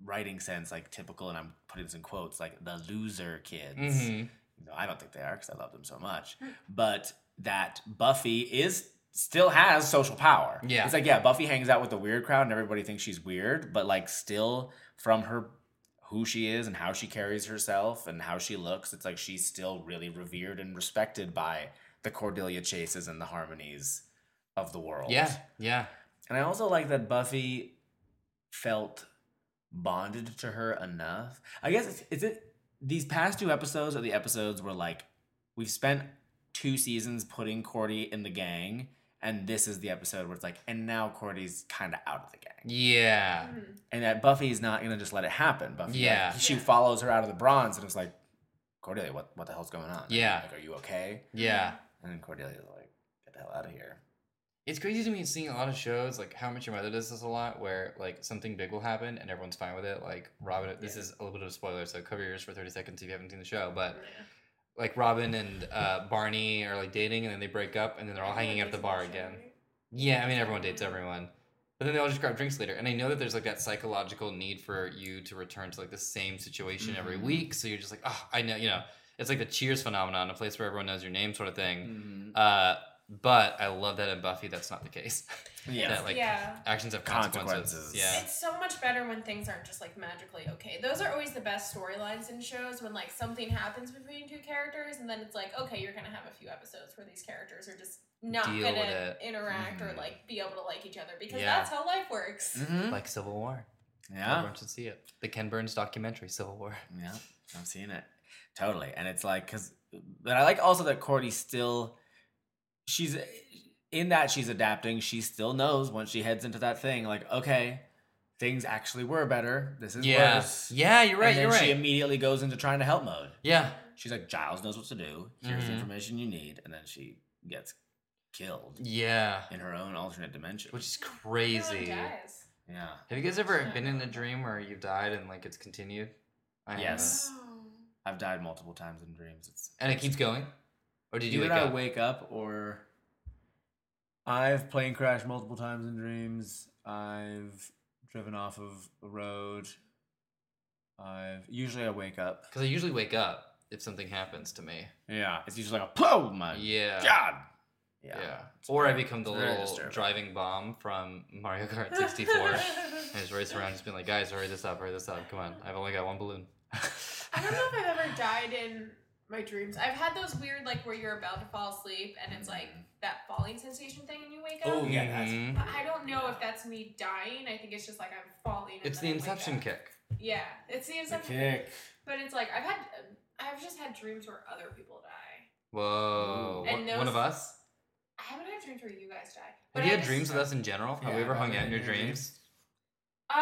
[SPEAKER 2] writing sense, like typical, and I'm putting this in quotes, like the loser kids.
[SPEAKER 1] Mhm.
[SPEAKER 2] No, I don't think they are because I love them so much. But that Buffy is still has social power.
[SPEAKER 1] Yeah.
[SPEAKER 2] It's like, yeah, Buffy hangs out with the weird crowd and everybody thinks she's weird, but like still from her who she is and how she carries herself and how she looks, it's like she's still really revered and respected by the Cordelia Chases and the harmonies of the world.
[SPEAKER 1] yeah, yeah.
[SPEAKER 2] And I also like that Buffy felt bonded to her enough. I guess it's, is it these past two episodes are the episodes where like we've spent two seasons putting Cordy in the gang, and this is the episode where it's like, and now Cordy's kind of out of the gang,
[SPEAKER 1] Yeah.
[SPEAKER 3] mhm.
[SPEAKER 2] and that Buffy's not gonna just let it happen. Buffy, like,
[SPEAKER 1] Yeah.
[SPEAKER 2] she
[SPEAKER 3] Yeah.
[SPEAKER 2] follows her out of the Bronze, and it's like, Cordelia, what what the hell's going on?
[SPEAKER 1] Yeah.
[SPEAKER 2] like, are you okay?
[SPEAKER 1] Yeah.
[SPEAKER 2] And then Cordelia's like, get the hell out of here.
[SPEAKER 1] It's crazy to me seeing a lot of shows like How Much Your Mother does this a lot, where like something big will happen and everyone's fine with it. Like Robin, this is a little bit of a spoiler, so cover your ears for thirty seconds if you haven't seen the show. But
[SPEAKER 3] Yeah.
[SPEAKER 1] like Robin and uh, Barney are like dating, and then they break up, and then they're all hanging out at the bar again. Yeah, I mean everyone dates everyone, but then they all just grab drinks later. And I know that there's like that psychological need for you to return to like the same situation every
[SPEAKER 2] Mhm.
[SPEAKER 1] week, so you're just like, oh, I know, you know, it's like the Cheers phenomenon, a place where everyone knows your name, sort of thing.
[SPEAKER 2] Mm-hmm.
[SPEAKER 1] Uh, but I love that in Buffy that's not the case.
[SPEAKER 2] Yeah.
[SPEAKER 1] that like
[SPEAKER 3] yeah.
[SPEAKER 1] actions have consequences.
[SPEAKER 2] Consequences.
[SPEAKER 1] Yeah.
[SPEAKER 3] It's so much better when things aren't just like magically okay. Those are always the best storylines in shows when like something happens between two characters and then it's like, okay, you're gonna have a few episodes where these characters are just not
[SPEAKER 1] Deal with
[SPEAKER 3] gonna
[SPEAKER 1] it. Mm-hmm.
[SPEAKER 3] interact or
[SPEAKER 2] Mhm.
[SPEAKER 3] like be able to like each other because
[SPEAKER 1] Yeah. Mm,
[SPEAKER 3] that's how life works.
[SPEAKER 2] Mhm.
[SPEAKER 1] Like Civil War.
[SPEAKER 2] Yeah.
[SPEAKER 1] Everyone should see it. The Ken Burns documentary, Civil War. *laughs*
[SPEAKER 2] Yeah, I've seen it totally, and it's like because, but I like also that Cordy still, she's in that she's adapting. She still knows once she heads into that thing, like okay, things actually were better. This is
[SPEAKER 1] Yeah.
[SPEAKER 2] worse.
[SPEAKER 1] Yeah, you're right,
[SPEAKER 2] and then
[SPEAKER 1] you're right.
[SPEAKER 2] She immediately goes into trying to help mode.
[SPEAKER 1] yeah.
[SPEAKER 2] She's like, Giles knows what to do. Here's
[SPEAKER 1] Mhm.
[SPEAKER 2] the information you need, and then she gets killed
[SPEAKER 1] Yeah.
[SPEAKER 2] in her own alternate dimension.
[SPEAKER 1] Which is
[SPEAKER 3] Everyone
[SPEAKER 1] crazy.
[SPEAKER 3] dies.
[SPEAKER 2] yeah,
[SPEAKER 1] Have you guys ever been in a dream where you've died and like it's continued? I
[SPEAKER 2] Yes.
[SPEAKER 3] Oh.
[SPEAKER 2] I've died multiple times in dreams. It's
[SPEAKER 1] haven't. And it keeps going? Or did you
[SPEAKER 2] Either
[SPEAKER 1] wake
[SPEAKER 2] I
[SPEAKER 1] up?
[SPEAKER 2] wake up or I've plane crashed multiple times in dreams. I've driven off of a road. I've usually I wake up.
[SPEAKER 1] Because I usually wake up if something happens to me.
[SPEAKER 2] Yeah, it's usually like a pooh my
[SPEAKER 1] Yeah.
[SPEAKER 2] god.
[SPEAKER 1] Yeah.
[SPEAKER 2] Uh, It's
[SPEAKER 1] Or I
[SPEAKER 2] very-
[SPEAKER 1] become the
[SPEAKER 2] it's very
[SPEAKER 1] little
[SPEAKER 2] disturbing.
[SPEAKER 1] driving bomb from Mario
[SPEAKER 3] *laughs*
[SPEAKER 1] Kart 64. and I just race around, just being like, guys, hurry this up, hurry this up. Come on, I've only got one balloon.
[SPEAKER 3] I
[SPEAKER 1] *laughs*
[SPEAKER 3] don't know if I've ever died in my dreams. I've had those weird like where you're about to fall asleep and it's like
[SPEAKER 1] Mm.
[SPEAKER 3] that falling sensation thing and you wake up.
[SPEAKER 4] Oh, yeah, that's-
[SPEAKER 1] Mhm.
[SPEAKER 2] Mm-hmm.
[SPEAKER 3] But I don't know if that's me dying. I think it's just like I'm falling. and
[SPEAKER 1] It's
[SPEAKER 3] then
[SPEAKER 1] the
[SPEAKER 3] I wake
[SPEAKER 1] inception
[SPEAKER 3] up.
[SPEAKER 1] kick.
[SPEAKER 3] Yeah, it's the
[SPEAKER 4] The
[SPEAKER 3] inception.
[SPEAKER 4] kick.
[SPEAKER 3] But it's like I've had, I've just had dreams where other people die.
[SPEAKER 1] Whoa.
[SPEAKER 3] Ooh. And
[SPEAKER 1] One- one of
[SPEAKER 3] those-
[SPEAKER 1] us?
[SPEAKER 3] I haven't had dreams where you guys die. But
[SPEAKER 1] Have you
[SPEAKER 3] I
[SPEAKER 1] had
[SPEAKER 3] just-
[SPEAKER 1] dreams with us in general? Have
[SPEAKER 2] Yeah,
[SPEAKER 1] we ever
[SPEAKER 2] I've
[SPEAKER 1] hung
[SPEAKER 2] had
[SPEAKER 1] out in your
[SPEAKER 2] dreams.
[SPEAKER 1] dreams?
[SPEAKER 3] Uh,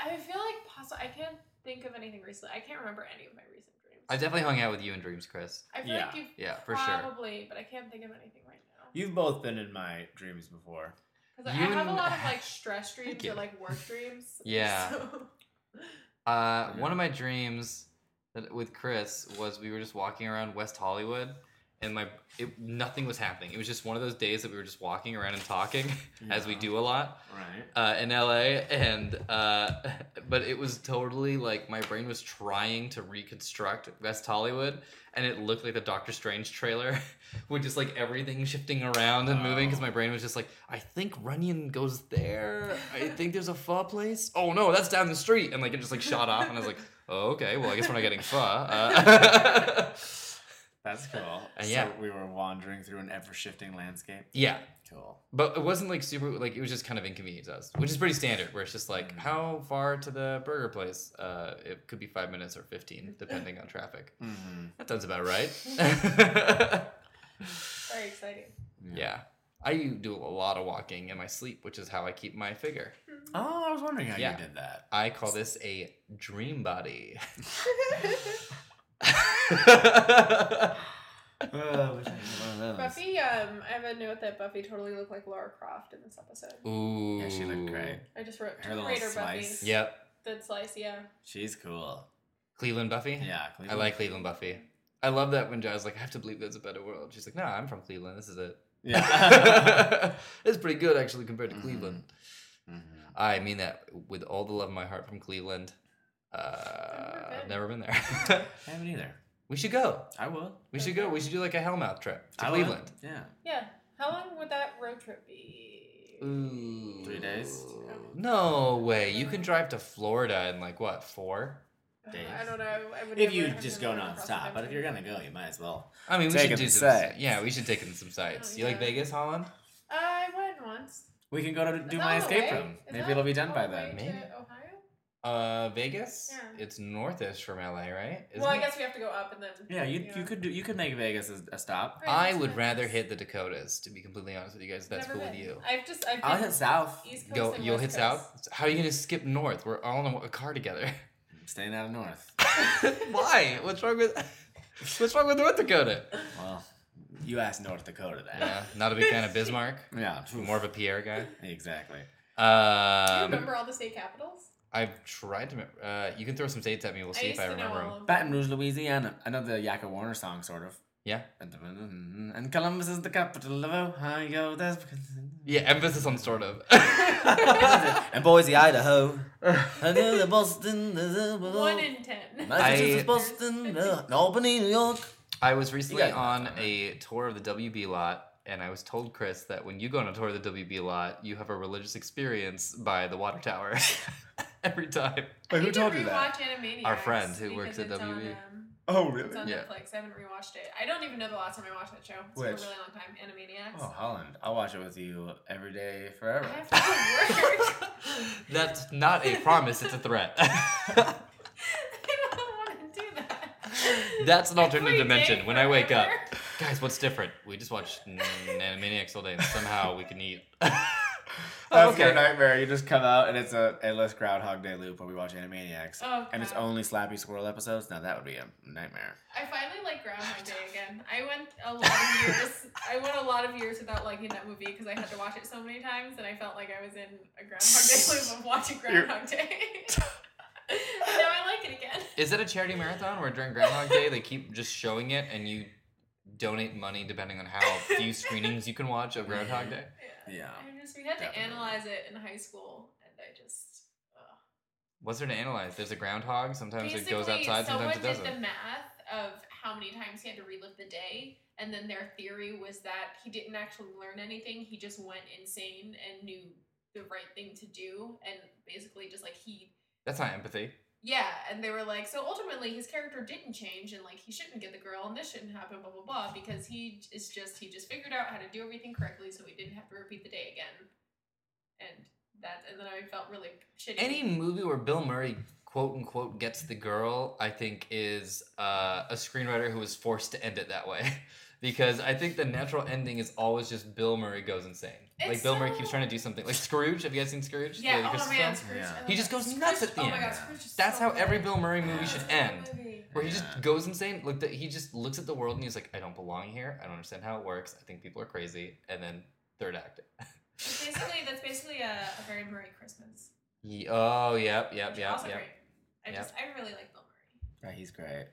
[SPEAKER 3] I feel like possible. I can't think of anything recently. I can't remember any of my recent dreams.
[SPEAKER 1] I definitely hung out with you in dreams, Chris.
[SPEAKER 3] I feel like
[SPEAKER 2] Yeah.
[SPEAKER 3] you've
[SPEAKER 1] Yeah, for sure.
[SPEAKER 3] probably, but I can't think of anything right now.
[SPEAKER 2] You've both been in my dreams before.
[SPEAKER 3] Because I
[SPEAKER 1] You
[SPEAKER 3] have a
[SPEAKER 1] and- *laughs*
[SPEAKER 3] lot of like stress
[SPEAKER 1] Thank
[SPEAKER 3] dreams
[SPEAKER 1] you.
[SPEAKER 3] or like work dreams.
[SPEAKER 1] Yeah.
[SPEAKER 3] *laughs* So-
[SPEAKER 1] Uh,
[SPEAKER 3] Mm-hmm.
[SPEAKER 1] one of my dreams that, with Chris was we were just walking around West Hollywood, and my it, nothing was happening. It was just one of those days that we were just walking around and talking, *laughs* as we
[SPEAKER 2] Yeah.
[SPEAKER 1] do a lot
[SPEAKER 4] Right.
[SPEAKER 1] uh, in LA. And uh, *laughs* but it was totally like my brain was trying to reconstruct West Hollywood, and it looked like the Doctor Strange trailer, *laughs* with just like everything shifting around and moving. Because my brain was just like, I think Runyon goes there. I think there's a pho place. Oh no, that's down the street. And like it just like shot off, and I was like, oh, okay, well I guess we're not getting pho. Uh, *laughs*
[SPEAKER 2] That's cool.
[SPEAKER 1] And Uh, yeah.
[SPEAKER 2] so we were wandering through an ever shifting landscape.
[SPEAKER 1] yeah.
[SPEAKER 2] Cool.
[SPEAKER 1] But it wasn't like super like it was just kind of inconvenient to us, which is pretty standard. Where it's just like
[SPEAKER 2] Mm.
[SPEAKER 1] how far to the burger place? Uh, it could be five minutes or fifteen, depending on traffic.
[SPEAKER 2] Mm-hmm.
[SPEAKER 1] That sounds about right. *laughs*
[SPEAKER 3] Very exciting.
[SPEAKER 1] yeah, I do a lot of walking in my sleep, which is how I keep my figure.
[SPEAKER 2] Oh, I was wondering how
[SPEAKER 1] Yeah.
[SPEAKER 2] you did that.
[SPEAKER 1] I call this a dream
[SPEAKER 2] *laughs*
[SPEAKER 1] body.
[SPEAKER 2] oh, wish I had one of those.
[SPEAKER 3] Buffy, um, I have a note that Buffy totally looked like Laura Croft in this episode.
[SPEAKER 1] Ooh,
[SPEAKER 2] Yeah, she looked great.
[SPEAKER 3] I just wrote
[SPEAKER 2] Her little
[SPEAKER 3] Raider
[SPEAKER 2] slice.
[SPEAKER 3] Buffy.
[SPEAKER 1] Yep,
[SPEAKER 3] That slice, yeah.
[SPEAKER 2] She's cool.
[SPEAKER 1] Cleveland Buffy.
[SPEAKER 2] Yeah,
[SPEAKER 1] I like Cleveland Buffy. I love that when Joe's like, I have to believe there's a better world. She's like, No, I'm from Cleveland. This is it.
[SPEAKER 2] *laughs* Yeah.
[SPEAKER 1] it's pretty good actually compared to
[SPEAKER 2] Mhm.
[SPEAKER 1] Cleveland.
[SPEAKER 2] Mhm.
[SPEAKER 1] I mean that with all the love in my heart from Cleveland. Uh, I've never been there. *laughs*
[SPEAKER 2] I haven't either.
[SPEAKER 1] we should go.
[SPEAKER 2] I will.
[SPEAKER 1] We should go. We should do like a Hellmouth trip to
[SPEAKER 2] I will.
[SPEAKER 1] Cleveland.
[SPEAKER 2] Yeah.
[SPEAKER 3] Yeah. How long would that road trip be?
[SPEAKER 1] Ooh.
[SPEAKER 2] Three days?
[SPEAKER 1] No way. You can drive to Florida in like what four?
[SPEAKER 2] days.
[SPEAKER 3] I don't know. I would
[SPEAKER 2] If
[SPEAKER 3] never
[SPEAKER 2] you
[SPEAKER 3] have
[SPEAKER 2] just
[SPEAKER 3] to
[SPEAKER 2] go
[SPEAKER 3] live across the
[SPEAKER 2] nonstop, but if
[SPEAKER 3] country.
[SPEAKER 2] you're gonna go, you might as well.
[SPEAKER 1] I mean, we
[SPEAKER 2] Take
[SPEAKER 1] should
[SPEAKER 2] it
[SPEAKER 1] do
[SPEAKER 2] to
[SPEAKER 1] some.
[SPEAKER 2] sites.
[SPEAKER 1] Yeah, we should take in some sites.
[SPEAKER 3] Oh,
[SPEAKER 1] You like
[SPEAKER 3] yeah.
[SPEAKER 1] Vegas, Holland?
[SPEAKER 3] Uh, I went once.
[SPEAKER 2] We can go to do my
[SPEAKER 3] Is that on the
[SPEAKER 2] escape
[SPEAKER 3] way?
[SPEAKER 2] room.
[SPEAKER 3] Is
[SPEAKER 2] Maybe
[SPEAKER 3] that
[SPEAKER 2] it'll be done
[SPEAKER 3] all
[SPEAKER 2] by
[SPEAKER 3] the
[SPEAKER 2] then.
[SPEAKER 3] way
[SPEAKER 1] Maybe.
[SPEAKER 3] to Ohio?
[SPEAKER 1] Uh, Vegas.
[SPEAKER 3] Yeah.
[SPEAKER 1] It's northish from LA, right?
[SPEAKER 3] well, I
[SPEAKER 1] Isn't it?
[SPEAKER 3] guess we have to go up and then.
[SPEAKER 2] Yeah, you you could do you could make Vegas a, a
[SPEAKER 3] *laughs*
[SPEAKER 2] stop.
[SPEAKER 3] Right,
[SPEAKER 1] I
[SPEAKER 3] that's
[SPEAKER 1] would
[SPEAKER 3] nice.
[SPEAKER 1] rather hit the Dakotas, to be completely honest with you guys. if That's
[SPEAKER 3] Never
[SPEAKER 1] cool
[SPEAKER 3] been.
[SPEAKER 1] with you.
[SPEAKER 3] I've just I've
[SPEAKER 2] I'll
[SPEAKER 3] been
[SPEAKER 2] hit south.
[SPEAKER 3] East Coast.
[SPEAKER 1] Go,
[SPEAKER 3] and
[SPEAKER 1] you'll
[SPEAKER 3] West
[SPEAKER 1] hit
[SPEAKER 3] Coast.
[SPEAKER 1] south. How are you gonna skip north? We're all in a, a car together. *laughs*
[SPEAKER 2] I'm staying out of north.
[SPEAKER 1] Why? What's wrong with What's wrong with North Dakota?
[SPEAKER 2] Well, you asked North Dakota that.
[SPEAKER 1] Yeah, not a big fan of Bismarck.
[SPEAKER 2] Yeah.
[SPEAKER 1] More of a Pierre guy.
[SPEAKER 2] Exactly.
[SPEAKER 3] Do you
[SPEAKER 1] Um,
[SPEAKER 3] remember all the state capitals?
[SPEAKER 1] I've tried to. mem- Uh, you can throw some dates at me. We'll see if
[SPEAKER 3] used
[SPEAKER 1] I
[SPEAKER 3] to
[SPEAKER 1] remember
[SPEAKER 3] know all
[SPEAKER 1] them.
[SPEAKER 3] of
[SPEAKER 2] Baton Rouge, Louisiana. I know the Yakka Warner song, sort of.
[SPEAKER 1] Yeah.
[SPEAKER 2] And Columbus is the capital of Ohio. That's
[SPEAKER 1] Yeah, emphasis on sort *laughs* of.
[SPEAKER 2] *laughs* and Boise,
[SPEAKER 1] *laughs*
[SPEAKER 2] Idaho. Another Boston. uh, uh,
[SPEAKER 3] One in ten. *laughs*
[SPEAKER 2] Massachusetts,
[SPEAKER 1] I-
[SPEAKER 2] Boston, uh, Albany, New York.
[SPEAKER 1] I was recently
[SPEAKER 2] You guys know
[SPEAKER 1] on
[SPEAKER 2] that, right?
[SPEAKER 1] a tour of the WB lot and I was told, Chris, that when you go on a tour of the WB lot, you have a religious experience by the water tower *laughs* every time.
[SPEAKER 2] Wait,
[SPEAKER 3] I
[SPEAKER 2] who
[SPEAKER 3] need to
[SPEAKER 2] told you that?
[SPEAKER 3] rewatch Animaniacs.
[SPEAKER 1] Our friend who
[SPEAKER 3] because
[SPEAKER 1] works at E?
[SPEAKER 3] it's on,
[SPEAKER 1] WB.
[SPEAKER 3] um,
[SPEAKER 2] Oh,
[SPEAKER 3] It's
[SPEAKER 2] really?
[SPEAKER 3] on
[SPEAKER 1] Yeah.
[SPEAKER 3] Netflix. I haven't rewatched it. I don't even know the last time I watched that show. It's
[SPEAKER 2] Which?
[SPEAKER 3] been a really long time. Animaniacs.
[SPEAKER 2] Oh, Holland. I'll watch it with you every day
[SPEAKER 3] I
[SPEAKER 2] forever.
[SPEAKER 3] have to go to work. *laughs*
[SPEAKER 1] *laughs* That's not a promise, it's a threat. *laughs*
[SPEAKER 3] I don't want to do that.
[SPEAKER 1] That's an alternate
[SPEAKER 3] Every
[SPEAKER 1] dimension.
[SPEAKER 3] day
[SPEAKER 1] When I wake up,
[SPEAKER 3] forever.
[SPEAKER 1] guys, what's different? We just watched N- Animaniacs all day, and somehow we can eat.
[SPEAKER 2] That's your Oh, nightmare. You just come out and it's a endless Groundhog Day loop where we watch Animaniacs.
[SPEAKER 3] Oh,
[SPEAKER 2] and it's
[SPEAKER 3] God.
[SPEAKER 2] only Slappy Squirrel episodes. Now that would be a nightmare.
[SPEAKER 3] I finally
[SPEAKER 2] *laughs*
[SPEAKER 3] like Groundhog Day again. I went a lot of years. I went a lot of years without liking that movie because I had to watch it so many times, and I felt like I was in a Groundhog Day loop
[SPEAKER 2] *laughs*
[SPEAKER 3] of watching Groundhog Day. And now I like it again.
[SPEAKER 1] Is it a charity marathon where during Groundhog Day they keep just showing it and you donate money depending on how few screenings you can watch of Groundhog Day?
[SPEAKER 3] Yeah.
[SPEAKER 2] Yeah.
[SPEAKER 3] I just we had
[SPEAKER 2] Definitely.
[SPEAKER 3] to analyze it in high school, and I just. ugh.
[SPEAKER 1] What's there to analyze? There's a groundhog. Sometimes it goes
[SPEAKER 3] Basically,
[SPEAKER 1] outside, sometimes it
[SPEAKER 3] someone
[SPEAKER 1] doesn't.
[SPEAKER 3] did the math of how many times he had to relive the day, and then their theory was that he didn't actually learn anything. He just went insane and knew the right thing to do, and basically just like he.
[SPEAKER 1] That's not empathy.
[SPEAKER 3] Yeah, and they were like, so ultimately his character didn't change, and like he shouldn't get the girl, and this shouldn't happen, blah blah blah, because he j- is just he just figured out how to do everything correctly, so he didn't have to repeat the day again, and that, and then I felt really shitty.
[SPEAKER 1] Any movie where Bill Murray quote unquote gets the girl, I think, is uh, a screenwriter who was forced to end it that way. *laughs* Because I think the natural ending is always just Bill Murray goes insane. like
[SPEAKER 3] It's
[SPEAKER 1] Bill Murray
[SPEAKER 3] so-
[SPEAKER 1] keeps trying to do something. Like Scrooge. Have you guys seen Scrooge? The
[SPEAKER 3] Yeah, oh
[SPEAKER 1] Christmas film?
[SPEAKER 3] man, Scrooge.
[SPEAKER 2] Yeah.
[SPEAKER 3] I love
[SPEAKER 1] He just
[SPEAKER 3] that.
[SPEAKER 1] goes nuts
[SPEAKER 3] Scrooge-
[SPEAKER 1] at the
[SPEAKER 3] Oh my
[SPEAKER 1] end.
[SPEAKER 3] god, Scrooge is
[SPEAKER 1] That's
[SPEAKER 3] so
[SPEAKER 1] how
[SPEAKER 3] good.
[SPEAKER 1] every Bill Murray movie
[SPEAKER 2] Yeah.
[SPEAKER 1] should
[SPEAKER 3] That's a
[SPEAKER 1] end.
[SPEAKER 3] good movie.
[SPEAKER 1] Where he just
[SPEAKER 2] Yeah.
[SPEAKER 1] goes insane, like that he just looks at the world and he's like, I don't belong here. I don't understand how it works. I think people are crazy. And then third act. *laughs*
[SPEAKER 3] It's basically that's basically a, a very Murray Christmas.
[SPEAKER 1] Ye- oh, yep, yep,
[SPEAKER 3] which is
[SPEAKER 1] yep,
[SPEAKER 3] also
[SPEAKER 1] yep.
[SPEAKER 3] great. I
[SPEAKER 1] Yep.
[SPEAKER 3] just I really like Bill Murray.
[SPEAKER 2] Yeah, he's great.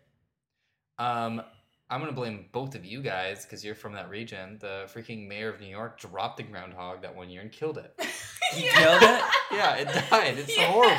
[SPEAKER 1] Um, I'm gonna blame both of you guys because you're from that region. The freaking mayor of New York dropped the groundhog that one year and killed it.
[SPEAKER 2] He killed *laughs* it?
[SPEAKER 1] Yeah, it died. *laughs*
[SPEAKER 3] *laughs*
[SPEAKER 1] It's so horrible.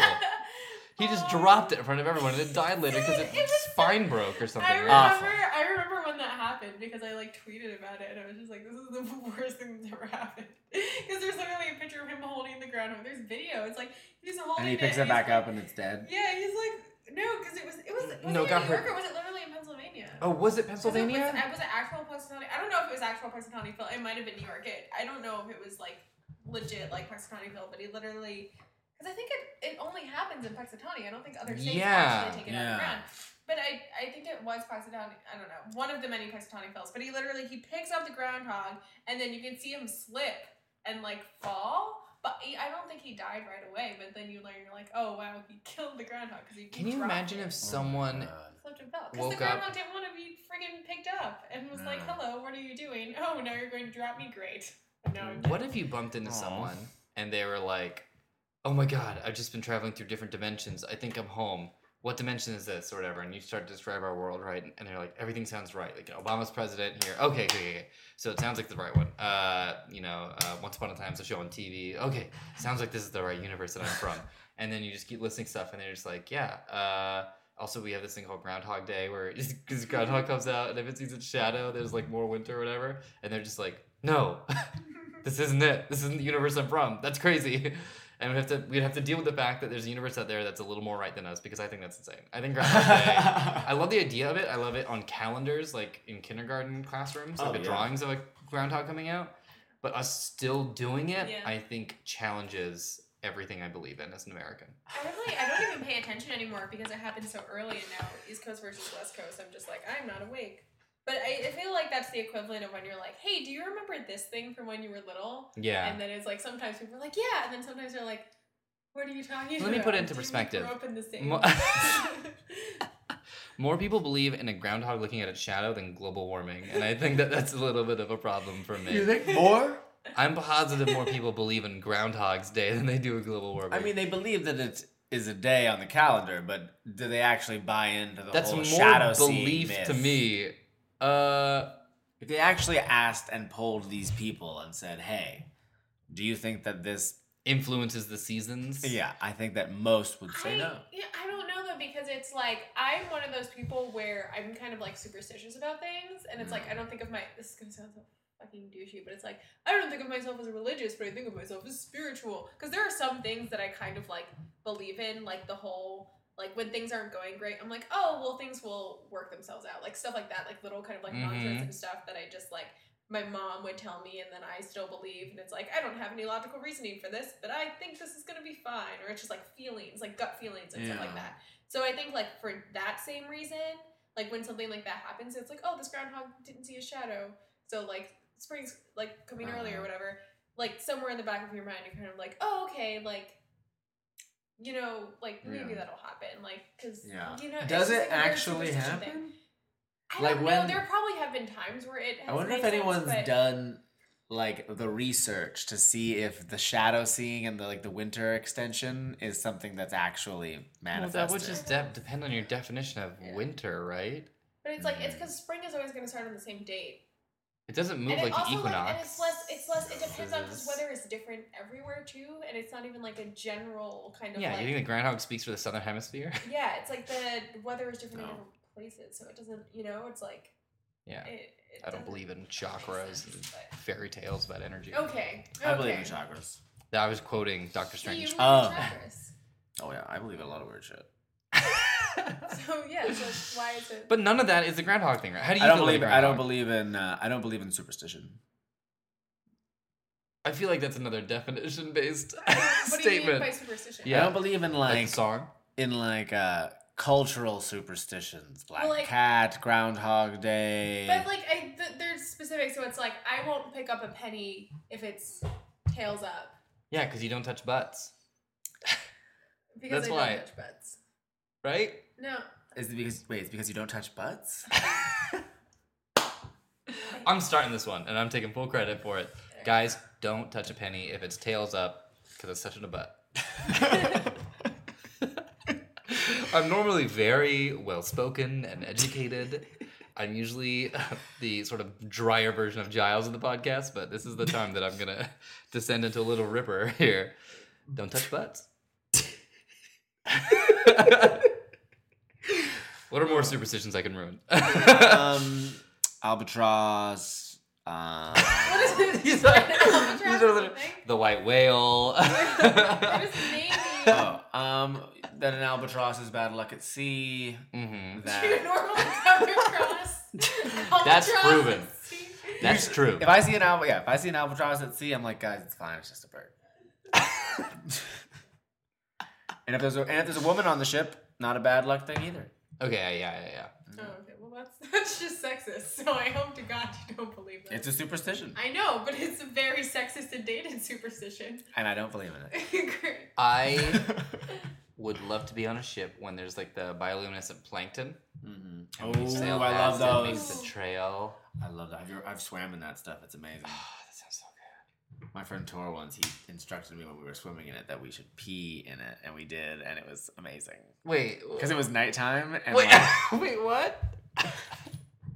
[SPEAKER 1] He
[SPEAKER 3] Oh.
[SPEAKER 1] just dropped it in front of everyone and *laughs* it died later because
[SPEAKER 3] It
[SPEAKER 1] its
[SPEAKER 3] was so-
[SPEAKER 1] spine broke or something. right?
[SPEAKER 3] I remember
[SPEAKER 2] Awful.
[SPEAKER 3] I remember when that happened because I like tweeted about it and I was just like, this is the *laughs* worst thing that's ever happened. *laughs* Because there's literally a picture of him holding the groundhog. There's video. It's like he's holding
[SPEAKER 2] And he picks it
[SPEAKER 3] and
[SPEAKER 2] back
[SPEAKER 3] he's like-
[SPEAKER 2] up and it's dead.
[SPEAKER 3] Yeah, he's like no, because it was it was was
[SPEAKER 1] No,
[SPEAKER 3] it in
[SPEAKER 1] got
[SPEAKER 3] New
[SPEAKER 1] her-
[SPEAKER 3] York or was it literally in Pennsylvania?
[SPEAKER 1] Oh, was it
[SPEAKER 3] Was it, was,
[SPEAKER 1] Pennsylvania?
[SPEAKER 3] it- was it actual Punxsutawney? I don't know if it was actual Punxsutawney Phil. It might have been New York. It, I don't know if it was like legit like Punxsutawney Phil, but he literally because I think it, it only happens in Punxsutawney. I don't think other states
[SPEAKER 1] Yeah.
[SPEAKER 3] actually take it out
[SPEAKER 2] Yeah.
[SPEAKER 3] of the ground. But I, I think it was Punxsutawney. I don't know one of the many Punxsutawney Phils. But he literally he picks up the groundhog and then you can see him slip and like fall. But he, I don't think he died right away. But then you learn you're like, oh wow, he killed the groundhog because he.
[SPEAKER 1] Can you
[SPEAKER 3] dropped
[SPEAKER 1] imagine
[SPEAKER 3] it
[SPEAKER 1] if someone
[SPEAKER 2] Oh,
[SPEAKER 3] slept and fell. Because
[SPEAKER 1] woke
[SPEAKER 3] the
[SPEAKER 1] up-
[SPEAKER 3] grandma didn't want to be friggin' picked up and was like,
[SPEAKER 2] Mm.
[SPEAKER 3] hello, what are you doing? *laughs* Oh, now you're going to drop me? Great. *laughs* No, I'm dead.
[SPEAKER 1] What if you bumped into
[SPEAKER 2] Aw.
[SPEAKER 1] someone and they were like, "Oh my god, I've just been traveling through different dimensions. I think I'm home. What dimension is this, or whatever?" And you start to describe our world, right? And they're like, "Everything sounds right. Like Obama's president here. Okay, okay, okay. okay. So it sounds like the right one. Uh, you know, uh, Once Upon a Time's a show on TV. Okay, sounds like this is the right universe that I'm from." and then you just keep listening stuff, and they're just like, "Yeah." Uh, also, we have this thing called Groundhog Day, where *laughs* because Groundhog comes out, and if it sees its shadow, there's like more winter or whatever, and they're just like, "No, this isn't it. This isn't the universe I'm from. That's crazy. And we have to we'd have to deal with the fact that there's a universe out there that's a little more right than us because I think that's insane. I think Groundhog
[SPEAKER 2] *laughs*
[SPEAKER 1] Day. I love the idea of it. I love it on calendars, like in kindergarten classrooms, like
[SPEAKER 2] Oh,
[SPEAKER 1] the
[SPEAKER 2] yeah.
[SPEAKER 1] drawings of a groundhog coming out. But us still doing it,
[SPEAKER 3] Yeah.
[SPEAKER 1] I think challenges everything I believe in as an American.
[SPEAKER 3] *laughs* I really, I don't even pay attention anymore because it happened so early and now East Coast versus West Coast, I'm just like, I'm not awake. But I, I feel like that's the equivalent of when you're like, hey, do you remember this thing from when you were little?
[SPEAKER 1] Yeah.
[SPEAKER 3] And then it's like, sometimes people are like, yeah. And then sometimes they're like, what are you talking
[SPEAKER 1] Let
[SPEAKER 3] about?
[SPEAKER 1] me put it into
[SPEAKER 3] Do you
[SPEAKER 1] perspective.
[SPEAKER 3] grow up in the same- *laughs*
[SPEAKER 1] Mo- *laughs* More people believe in a groundhog looking at its shadow than global warming, and I think that that's a little bit of a problem for me.
[SPEAKER 2] *laughs* You think more?
[SPEAKER 1] I'm positive more people believe in Groundhog's Day than they do in global warming.
[SPEAKER 2] I mean, they believe that it is a day on the calendar, but do they actually buy into the
[SPEAKER 1] that's
[SPEAKER 2] whole
[SPEAKER 1] more
[SPEAKER 2] shadow seeing
[SPEAKER 1] belief to
[SPEAKER 2] myth?
[SPEAKER 1] me. Uh,
[SPEAKER 2] If they actually asked and polled these people and said, "Hey, do you think that this?"
[SPEAKER 1] influences the seasons.
[SPEAKER 2] Yeah, I think that most would
[SPEAKER 3] I,
[SPEAKER 2] say no.
[SPEAKER 3] Yeah, I don't know though because it's like I'm one
[SPEAKER 2] Mm.
[SPEAKER 3] of those people where I'm kind of like superstitious about things, and it's like I don't think of my. This is gonna sound so fucking douchey, but it's like I don't think of myself as religious, but I think of myself as spiritual. Because there are some things that I kind of like believe in, like the whole like when things aren't going great, I'm like, oh well, things will work themselves out, like stuff like that, like little kind of like nonsense
[SPEAKER 2] Mm-hmm.
[SPEAKER 1] Mhm.
[SPEAKER 3] and stuff that I just like. My mom would tell me, and then I still believe, and it's like I don't have any logical reasoning for this, but I think this is gonna be fine, or it's just like feelings, like gut feelings and stuff like
[SPEAKER 2] Yeah.
[SPEAKER 3] that. So I think like for that same reason, like when something like that happens, it's like, oh, this groundhog didn't see a shadow. So like spring's like coming early or
[SPEAKER 2] Uh-huh.
[SPEAKER 3] whatever. Like somewhere in the back of your mind, you're kind of like, oh, okay, like. You know, like maybe
[SPEAKER 2] Yeah.
[SPEAKER 3] that'll happen, like because
[SPEAKER 2] Yeah.
[SPEAKER 3] you know. it's
[SPEAKER 2] Does
[SPEAKER 3] just,
[SPEAKER 2] it
[SPEAKER 3] like, a weird
[SPEAKER 2] actually
[SPEAKER 3] superstition thing.
[SPEAKER 2] happen?
[SPEAKER 3] I
[SPEAKER 2] Like,
[SPEAKER 3] don't know.
[SPEAKER 2] when-
[SPEAKER 3] There probably have been times where it. Has
[SPEAKER 2] I wonder
[SPEAKER 3] made
[SPEAKER 2] if
[SPEAKER 3] sense,
[SPEAKER 2] anyone's
[SPEAKER 3] but-
[SPEAKER 2] done like the research to see if the shadow seeing and the like the winter extension is something that's actually
[SPEAKER 1] Well,
[SPEAKER 2] manifested.
[SPEAKER 1] that would just de- depend on your definition of
[SPEAKER 3] Yeah.
[SPEAKER 1] winter, right?
[SPEAKER 3] But it's like it's
[SPEAKER 2] Mm.
[SPEAKER 3] because spring is always going to start on the same date.
[SPEAKER 1] It doesn't move
[SPEAKER 3] and it
[SPEAKER 1] like the
[SPEAKER 3] also
[SPEAKER 1] equinox.
[SPEAKER 3] like, and it's less, it's less. It
[SPEAKER 1] so
[SPEAKER 3] depends on
[SPEAKER 1] there's-
[SPEAKER 3] because weather is different everywhere too, and it's not even like a general kind of.
[SPEAKER 1] Yeah,
[SPEAKER 3] like,
[SPEAKER 1] you think the groundhog speaks for the southern hemisphere? *laughs*
[SPEAKER 3] Yeah, it's like the weather is different
[SPEAKER 2] No.
[SPEAKER 3] in different places, so it doesn't. You know, it's like.
[SPEAKER 1] Yeah.
[SPEAKER 3] It, it
[SPEAKER 1] I don't
[SPEAKER 3] doesn't
[SPEAKER 1] believe in
[SPEAKER 3] make
[SPEAKER 1] chakras
[SPEAKER 3] sense,
[SPEAKER 1] and
[SPEAKER 3] but-
[SPEAKER 1] fairy tales about energy.
[SPEAKER 3] Okay.
[SPEAKER 2] I believe
[SPEAKER 3] okay.
[SPEAKER 2] in chakras.
[SPEAKER 1] I was quoting Doctor
[SPEAKER 3] See, you *laughs*
[SPEAKER 1] Strange.
[SPEAKER 3] believe in
[SPEAKER 2] Oh.
[SPEAKER 3] chakras.
[SPEAKER 2] Oh yeah, I believe in a lot of weird shit.
[SPEAKER 3] So yeah, so why
[SPEAKER 1] *laughs*
[SPEAKER 3] is
[SPEAKER 1] *laughs*
[SPEAKER 3] it?
[SPEAKER 1] but none of that is the groundhog thing, right? How do you
[SPEAKER 2] I don't
[SPEAKER 1] feel about the
[SPEAKER 2] believe I don't
[SPEAKER 1] groundhog?
[SPEAKER 2] believe in uh, I don't believe in superstition.
[SPEAKER 1] I feel like that's another definition based
[SPEAKER 3] what do you
[SPEAKER 1] *laughs*
[SPEAKER 3] mean
[SPEAKER 1] statement.
[SPEAKER 3] by superstition?
[SPEAKER 1] Yeah.
[SPEAKER 2] I don't believe in
[SPEAKER 1] like
[SPEAKER 2] like
[SPEAKER 1] song.
[SPEAKER 2] in like uh cultural superstitions like,
[SPEAKER 3] Well, like-
[SPEAKER 2] cat, groundhog day.
[SPEAKER 3] But like, I th- there's specific, so it's like I won't pick up a penny if it's tails up
[SPEAKER 1] Yeah, because you don't touch butts,
[SPEAKER 3] because
[SPEAKER 1] That's
[SPEAKER 3] I don't
[SPEAKER 1] why.
[SPEAKER 3] touch butts.
[SPEAKER 1] right?
[SPEAKER 3] No,
[SPEAKER 2] Is it because wait? It's because you don't touch *laughs* butts?
[SPEAKER 1] I'm starting this one, and I'm taking full credit for it. Guys, don't touch a penny if it's tails up, because it's touching a butt. *laughs* I'm normally very well spoken and educated. I'm usually *laughs* the sort of drier version of Giles in the podcast, but this is the time that I'm gonna *laughs* descend into a little ripper here. Don't touch butts. *laughs* what are more superstitions I can ruin? *laughs*
[SPEAKER 2] um, albatross. Uh,
[SPEAKER 3] what is this?
[SPEAKER 1] These
[SPEAKER 3] These
[SPEAKER 1] are-
[SPEAKER 3] are,
[SPEAKER 1] these are literally- the white whale.
[SPEAKER 3] What
[SPEAKER 1] *laughs*
[SPEAKER 3] is navy?
[SPEAKER 2] oh, um, that an albatross is bad luck at sea.
[SPEAKER 1] hmm
[SPEAKER 3] Do *laughs* you
[SPEAKER 2] That
[SPEAKER 3] normally come across?
[SPEAKER 1] That's
[SPEAKER 3] albatross
[SPEAKER 1] proven.
[SPEAKER 3] and sea-
[SPEAKER 1] That's true.
[SPEAKER 2] if I see an al- yeah, if I see an albatross at sea, I'm like, guys, it's fine. It's just a bird. and if there's a, and if there's a woman on the ship, not a bad luck thing either.
[SPEAKER 1] Okay, yeah, yeah, yeah.
[SPEAKER 3] *laughs* Oh, okay. Well, that's that's just sexist. So I hope to God you don't believe that.
[SPEAKER 2] It's a superstition,
[SPEAKER 3] I know, but it's a very sexist and dated superstition. *laughs*
[SPEAKER 2] and I don't believe in it. Mm-hmm.
[SPEAKER 3] Great.
[SPEAKER 1] I would love to be on a ship when there's like the bioluminescent plankton.
[SPEAKER 2] Mhm.
[SPEAKER 1] and we sail
[SPEAKER 2] Oh, I
[SPEAKER 1] past
[SPEAKER 2] love
[SPEAKER 1] and Makes
[SPEAKER 2] those.
[SPEAKER 1] the trail.
[SPEAKER 2] I love that. I've, I've swam in that stuff. It's amazing.
[SPEAKER 1] Ah, that sounds so good.
[SPEAKER 2] My friend Tor once he instructed me when we were swimming in it that we should pee in it, and we did, and it was amazing
[SPEAKER 1] Wait,
[SPEAKER 2] because it was nighttime. And
[SPEAKER 1] wait, *laughs*
[SPEAKER 2] like, *laughs*
[SPEAKER 1] wait, what?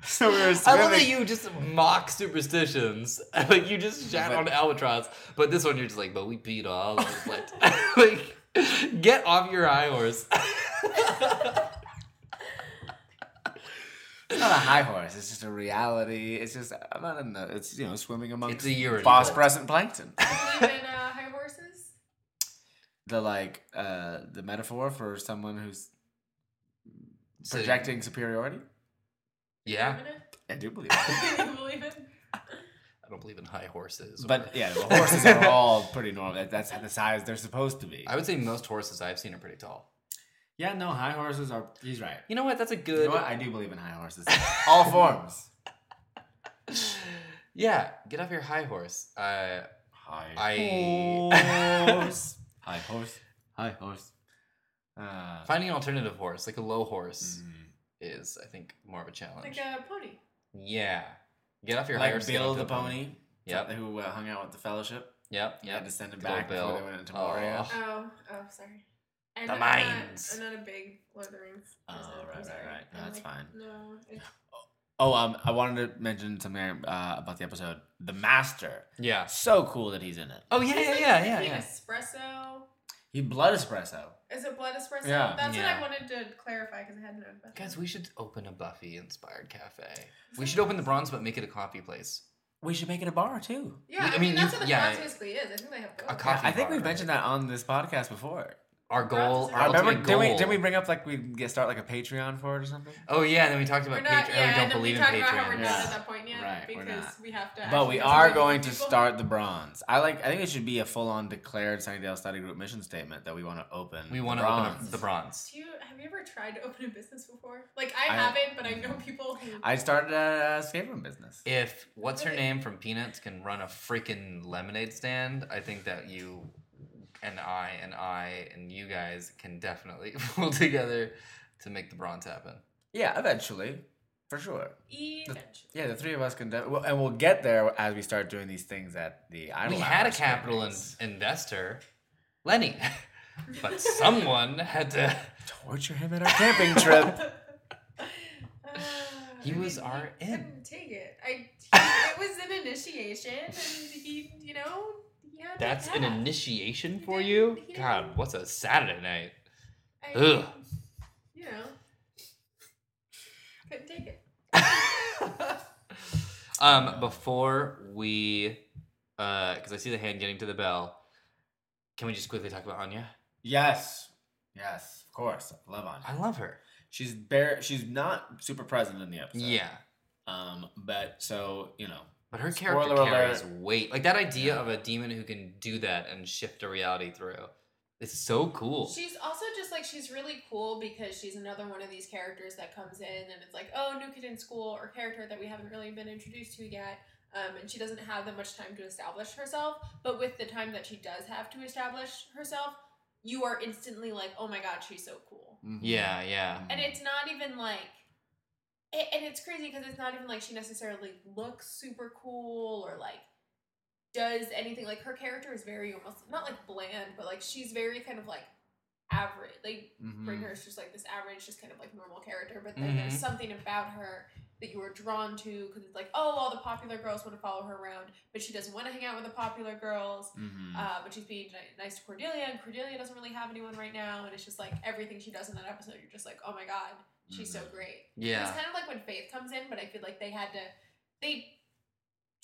[SPEAKER 2] so we
[SPEAKER 1] *laughs*
[SPEAKER 2] were
[SPEAKER 1] I
[SPEAKER 2] swimming.
[SPEAKER 1] love that you just mock superstitions. *laughs* like you just shat
[SPEAKER 2] But-
[SPEAKER 1] on albatross, but this one you're just like, but we beat all of it.
[SPEAKER 2] *laughs*
[SPEAKER 1] Like, *laughs* like, get off your high horse. *laughs*
[SPEAKER 2] It's not a high horse. It's just a reality. It's just I'm not in the. It's you know swimming amongst
[SPEAKER 1] it's a urine.
[SPEAKER 2] phosphorescent plankton.
[SPEAKER 3] I believe in uh, high horses.
[SPEAKER 2] The like uh the metaphor for someone who's
[SPEAKER 1] So-
[SPEAKER 2] projecting superiority.
[SPEAKER 1] yeah,
[SPEAKER 2] I do believe.
[SPEAKER 1] *laughs*
[SPEAKER 2] it.
[SPEAKER 3] You believe it? *laughs*
[SPEAKER 1] I don't believe in high horses.
[SPEAKER 2] But
[SPEAKER 1] or-
[SPEAKER 2] yeah, the
[SPEAKER 1] *laughs*
[SPEAKER 2] horses are all pretty normal. That- That's the size they're supposed to be.
[SPEAKER 1] I would say most horses I've seen are pretty tall.
[SPEAKER 2] Yeah, no, high horses are. He's right.
[SPEAKER 1] You know what? That's a
[SPEAKER 2] You
[SPEAKER 1] good.
[SPEAKER 2] know
[SPEAKER 1] *laughs*
[SPEAKER 2] what? I do believe in high horses. All forms.
[SPEAKER 1] yeah, get off your high horse. Uh,
[SPEAKER 2] High
[SPEAKER 1] I- *laughs*
[SPEAKER 2] horse. high horse. High horse. Uh,
[SPEAKER 1] finding an alternative horse, like a low horse,
[SPEAKER 2] mm,
[SPEAKER 1] is I think more of a challenge.
[SPEAKER 3] Like a pony.
[SPEAKER 1] yeah, get off your high
[SPEAKER 2] like
[SPEAKER 1] horse. get
[SPEAKER 2] Bill
[SPEAKER 1] onto
[SPEAKER 2] the
[SPEAKER 1] a pony.
[SPEAKER 2] pony,
[SPEAKER 1] Yep,
[SPEAKER 2] who uh, hung out with the Fellowship.
[SPEAKER 1] yep,
[SPEAKER 2] Yeah, had
[SPEAKER 1] yep.
[SPEAKER 2] to send him
[SPEAKER 1] Good old
[SPEAKER 2] back before
[SPEAKER 1] Bill.
[SPEAKER 2] they went into
[SPEAKER 1] Oh.
[SPEAKER 2] Moria.
[SPEAKER 3] Oh, oh, sorry. And
[SPEAKER 1] The
[SPEAKER 3] I'm not-
[SPEAKER 1] mines.
[SPEAKER 3] I'm not a big Lord of the Rings.
[SPEAKER 2] Oh,
[SPEAKER 3] person, I'm
[SPEAKER 2] right, right,
[SPEAKER 3] sorry.
[SPEAKER 2] right. No,
[SPEAKER 3] I'm
[SPEAKER 2] that's
[SPEAKER 3] like,
[SPEAKER 2] fine.
[SPEAKER 3] No, it's
[SPEAKER 2] Oh, um, I wanted to mention something uh, about the episode. The Master. *laughs*
[SPEAKER 1] Yeah.
[SPEAKER 2] So cool that he's in it.
[SPEAKER 1] Oh yeah,
[SPEAKER 3] It's
[SPEAKER 1] yeah,
[SPEAKER 3] like
[SPEAKER 1] yeah,
[SPEAKER 3] the
[SPEAKER 1] yeah,
[SPEAKER 3] thing,
[SPEAKER 1] yeah.
[SPEAKER 3] Espresso.
[SPEAKER 2] He blood espresso.
[SPEAKER 3] Is it blood espresso?
[SPEAKER 2] Yeah.
[SPEAKER 3] That's
[SPEAKER 1] Yeah.
[SPEAKER 3] what I wanted to clarify because I hadn't known about
[SPEAKER 1] Guys,
[SPEAKER 3] that.
[SPEAKER 1] we should open a Buffy inspired cafe. We should open the Bronze, but make it a coffee place.
[SPEAKER 2] we should make it a bar too.
[SPEAKER 3] Yeah,
[SPEAKER 1] I
[SPEAKER 3] I mean,
[SPEAKER 1] mean, you-
[SPEAKER 3] that's what the
[SPEAKER 1] yeah.
[SPEAKER 3] yeah, basically is. I think they have
[SPEAKER 1] A
[SPEAKER 3] both.
[SPEAKER 1] co- Coffee
[SPEAKER 2] I think
[SPEAKER 1] bar,
[SPEAKER 2] we've mentioned that on this podcast before.
[SPEAKER 1] Our goal, our
[SPEAKER 2] I remember.
[SPEAKER 1] ultimate
[SPEAKER 2] Did
[SPEAKER 1] goal.
[SPEAKER 2] we did we bring up like we get start like a Patreon for it or something?
[SPEAKER 1] oh yeah, and then we talked
[SPEAKER 3] we're
[SPEAKER 1] about
[SPEAKER 3] not,
[SPEAKER 1] Patreon.
[SPEAKER 3] yeah,
[SPEAKER 1] we
[SPEAKER 3] and
[SPEAKER 1] don't
[SPEAKER 3] then we
[SPEAKER 1] believe in
[SPEAKER 3] talked about how we're
[SPEAKER 1] Patreon.
[SPEAKER 3] not
[SPEAKER 2] Yeah.
[SPEAKER 3] at that point yet
[SPEAKER 2] Right, we're
[SPEAKER 3] because
[SPEAKER 2] not.
[SPEAKER 3] we have to.
[SPEAKER 2] But
[SPEAKER 3] actually
[SPEAKER 2] we
[SPEAKER 3] get
[SPEAKER 2] are
[SPEAKER 3] something
[SPEAKER 2] going to
[SPEAKER 3] people.
[SPEAKER 2] start the bronze. I like. I think it should be a full-on declared Sunnydale Study Group mission statement that we want to open.
[SPEAKER 1] We
[SPEAKER 2] the
[SPEAKER 1] want to open
[SPEAKER 2] bronze.
[SPEAKER 1] up the bronze.
[SPEAKER 3] Do you have you ever tried to open a business before? Like I,
[SPEAKER 2] I-
[SPEAKER 3] haven't, but I know people who.
[SPEAKER 2] I started a escape room business.
[SPEAKER 1] If what's her
[SPEAKER 3] Really?
[SPEAKER 1] name from Peanuts can run a freaking lemonade stand, I think that you and I and I and you guys can definitely *laughs* pull together to make the bronze happen.
[SPEAKER 2] Yeah, eventually, for sure.
[SPEAKER 3] Eventually.
[SPEAKER 2] Yeah, the three of us can, de- well, and we'll get there as we start doing these things at the. Idle
[SPEAKER 1] we
[SPEAKER 2] Hour
[SPEAKER 1] had a
[SPEAKER 2] escape
[SPEAKER 1] capital in-
[SPEAKER 2] rooms.
[SPEAKER 1] investor, Lenny, *laughs*
[SPEAKER 3] *laughs*
[SPEAKER 1] but someone had to.
[SPEAKER 2] torture him at our camping
[SPEAKER 1] *laughs*
[SPEAKER 2] trip.
[SPEAKER 3] Uh,
[SPEAKER 1] He
[SPEAKER 3] I
[SPEAKER 1] was
[SPEAKER 3] mean,
[SPEAKER 1] our
[SPEAKER 3] he
[SPEAKER 1] in.
[SPEAKER 3] couldn't Take it. I. It was an initiation, and he, you know, he had.
[SPEAKER 1] *laughs*
[SPEAKER 3] to
[SPEAKER 1] That's an
[SPEAKER 3] pass.
[SPEAKER 1] initiation
[SPEAKER 3] He
[SPEAKER 1] for
[SPEAKER 3] didn't-
[SPEAKER 1] you.
[SPEAKER 3] he didn't-
[SPEAKER 1] God, what's a Saturday night?
[SPEAKER 3] I,
[SPEAKER 1] Ugh.
[SPEAKER 3] You know, couldn't take it.
[SPEAKER 1] *laughs* um, before we, because I see the hand getting to the bell, can we just quickly talk about Anya?
[SPEAKER 2] yes, yes, of course. Love on.
[SPEAKER 1] I love her.
[SPEAKER 2] She's bare. She's not super present in the episode.
[SPEAKER 1] Yeah,
[SPEAKER 2] Um. But so you know,
[SPEAKER 1] but her
[SPEAKER 2] Spoiler
[SPEAKER 1] character carries
[SPEAKER 2] alert.
[SPEAKER 1] weight. Like that idea
[SPEAKER 2] Yeah.
[SPEAKER 1] of a demon who can do that and shift a reality through. It's so cool.
[SPEAKER 3] She's also just like she's really cool because she's another one of these characters that comes in and it's like, oh, new kid in school or character that we haven't really been introduced to yet. Um, and she doesn't have that much time to establish herself. But with the time that she does have to establish herself, you are instantly like, oh my god, she's so cool.
[SPEAKER 2] Mm-hmm.
[SPEAKER 1] yeah, yeah.
[SPEAKER 3] And it's not even like, a- and it's crazy because it's not even like she necessarily looks super cool or like does anything. Like her character is very almost not like bland, but like she's very kind of like average. Like
[SPEAKER 2] Mm-hmm. Mm.
[SPEAKER 3] bring her is just like this average, just kind of like normal character. But then there's
[SPEAKER 1] Mhm.
[SPEAKER 3] something about her that you are drawn to because it's like, oh, all the popular girls want to follow her around, but she doesn't want to hang out with the popular girls.
[SPEAKER 1] Mm.
[SPEAKER 2] Mm-hmm.
[SPEAKER 3] Uh, but she's being ni- nice to Cordelia, and Cordelia doesn't really have anyone right now. And it's just like everything she does in that episode, you're just like, oh my god, she's so
[SPEAKER 2] Mhm.
[SPEAKER 3] great.
[SPEAKER 1] Mm-hmm. Yeah.
[SPEAKER 3] It's kind of like when Faith comes in, but I feel like they had to, they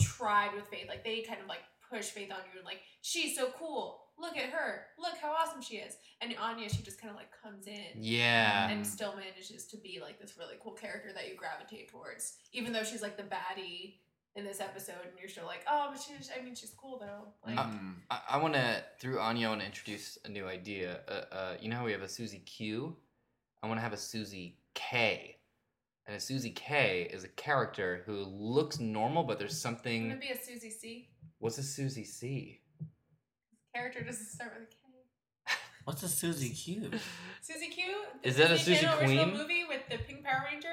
[SPEAKER 3] tried with Faith. Like they kind of like push Faith on you and like, she's so cool. Look at her. Look how awesome she is. And Anya, she just kind of like comes in
[SPEAKER 1] Yeah.
[SPEAKER 3] and still manages to be like this really cool character that you gravitate towards, even though she's like the baddie in this episode, and you're still like, oh, but she's, I mean, she's cool though.
[SPEAKER 1] Mm-hmm. Uh,
[SPEAKER 3] Like,
[SPEAKER 1] I, I want to, through Anya, I want to introduce a new idea. Uh, uh, you know how we have a Susie Q? I want to have a Susie K. And a Susie K is a character who looks normal, but there's
[SPEAKER 3] I'm gonna
[SPEAKER 1] something.
[SPEAKER 3] be a Susie C.
[SPEAKER 1] What's a Susie
[SPEAKER 3] *laughs*
[SPEAKER 1] C?
[SPEAKER 3] Character doesn't start with a K.
[SPEAKER 2] What's a Susie Q?
[SPEAKER 3] *laughs* Susie Q. the
[SPEAKER 1] Is that a
[SPEAKER 3] Disney
[SPEAKER 1] Susie
[SPEAKER 3] Channel original
[SPEAKER 1] Queen?
[SPEAKER 3] movie with the pink Power Ranger,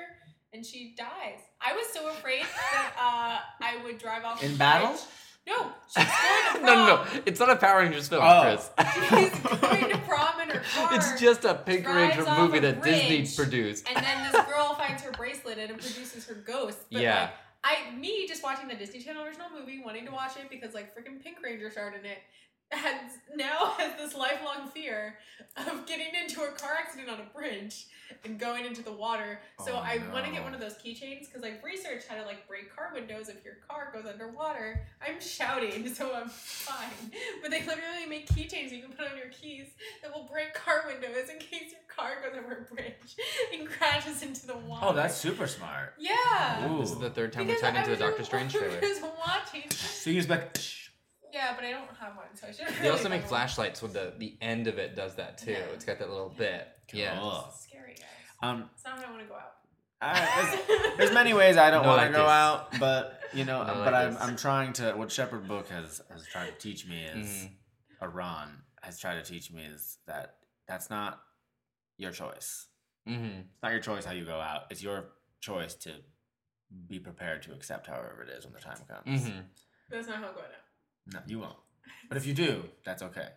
[SPEAKER 3] and she dies. I was so afraid that uh, I would drive off
[SPEAKER 2] In
[SPEAKER 3] the
[SPEAKER 2] battle?
[SPEAKER 3] bridge. No, she's going to
[SPEAKER 1] *laughs*
[SPEAKER 3] prom.
[SPEAKER 1] no, no, no. It's not a Power Rangers film,
[SPEAKER 2] Oh. *laughs*
[SPEAKER 3] She's going to prom in her car.
[SPEAKER 1] *laughs* it's just a Pink
[SPEAKER 3] drives
[SPEAKER 1] Ranger
[SPEAKER 3] off
[SPEAKER 1] movie
[SPEAKER 3] a
[SPEAKER 1] that Disney
[SPEAKER 3] bridge.
[SPEAKER 1] produced.
[SPEAKER 3] And then this girl *laughs* finds her bracelet and it produces her ghost. But
[SPEAKER 1] Yeah.
[SPEAKER 3] Like, I me just watching the Disney Channel original movie, wanting to watch it because like freaking Pink Ranger starred in it, and now *laughs* has this lifelong fear of getting into a car accident on a bridge and going into the water. So
[SPEAKER 2] Oh,
[SPEAKER 3] I want to
[SPEAKER 2] no.
[SPEAKER 3] get one of those keychains because I've researched how to like break car windows if your car goes underwater. I'm shouting, *laughs* so I'm fine. But they literally make keychains you can put on your keys that will break car windows in case your car goes over a bridge and crashes into the water.
[SPEAKER 2] Oh, that's super smart.
[SPEAKER 3] yeah.
[SPEAKER 2] Ooh.
[SPEAKER 1] This is the third time
[SPEAKER 3] Because
[SPEAKER 1] we're tied
[SPEAKER 3] I
[SPEAKER 1] into a
[SPEAKER 3] was
[SPEAKER 1] Doctor
[SPEAKER 3] just-
[SPEAKER 1] Strange
[SPEAKER 3] I
[SPEAKER 1] trailer.
[SPEAKER 3] was *laughs* watching.
[SPEAKER 2] So you just like.
[SPEAKER 3] Yeah, but I don't have one, so I should.
[SPEAKER 1] They also make flashlights with the the end of it does that too.
[SPEAKER 3] Yeah.
[SPEAKER 1] It's got that little bit. Yeah.
[SPEAKER 2] Cool.
[SPEAKER 3] Scary guys.
[SPEAKER 2] Um.
[SPEAKER 3] It's not how I want to go out.
[SPEAKER 2] all right, there's-
[SPEAKER 1] Uh,
[SPEAKER 2] There's many ways I don't
[SPEAKER 1] No,
[SPEAKER 2] want
[SPEAKER 1] like
[SPEAKER 2] to go
[SPEAKER 1] this.
[SPEAKER 2] out, but you know,
[SPEAKER 1] *laughs* No, like
[SPEAKER 2] but I'm,
[SPEAKER 1] this.
[SPEAKER 2] I'm trying to. What Shepherd Book has has tried to teach me is
[SPEAKER 1] Mhm.
[SPEAKER 2] Iran has tried to teach me is that that's not your choice.
[SPEAKER 1] Mm-hmm.
[SPEAKER 2] It's not your choice how you go out. It's your choice to be prepared to accept however it is when the time comes.
[SPEAKER 1] Mm-hmm.
[SPEAKER 3] *laughs* That's not how I'm going out.
[SPEAKER 2] No, you won't. But if you do, that's okay.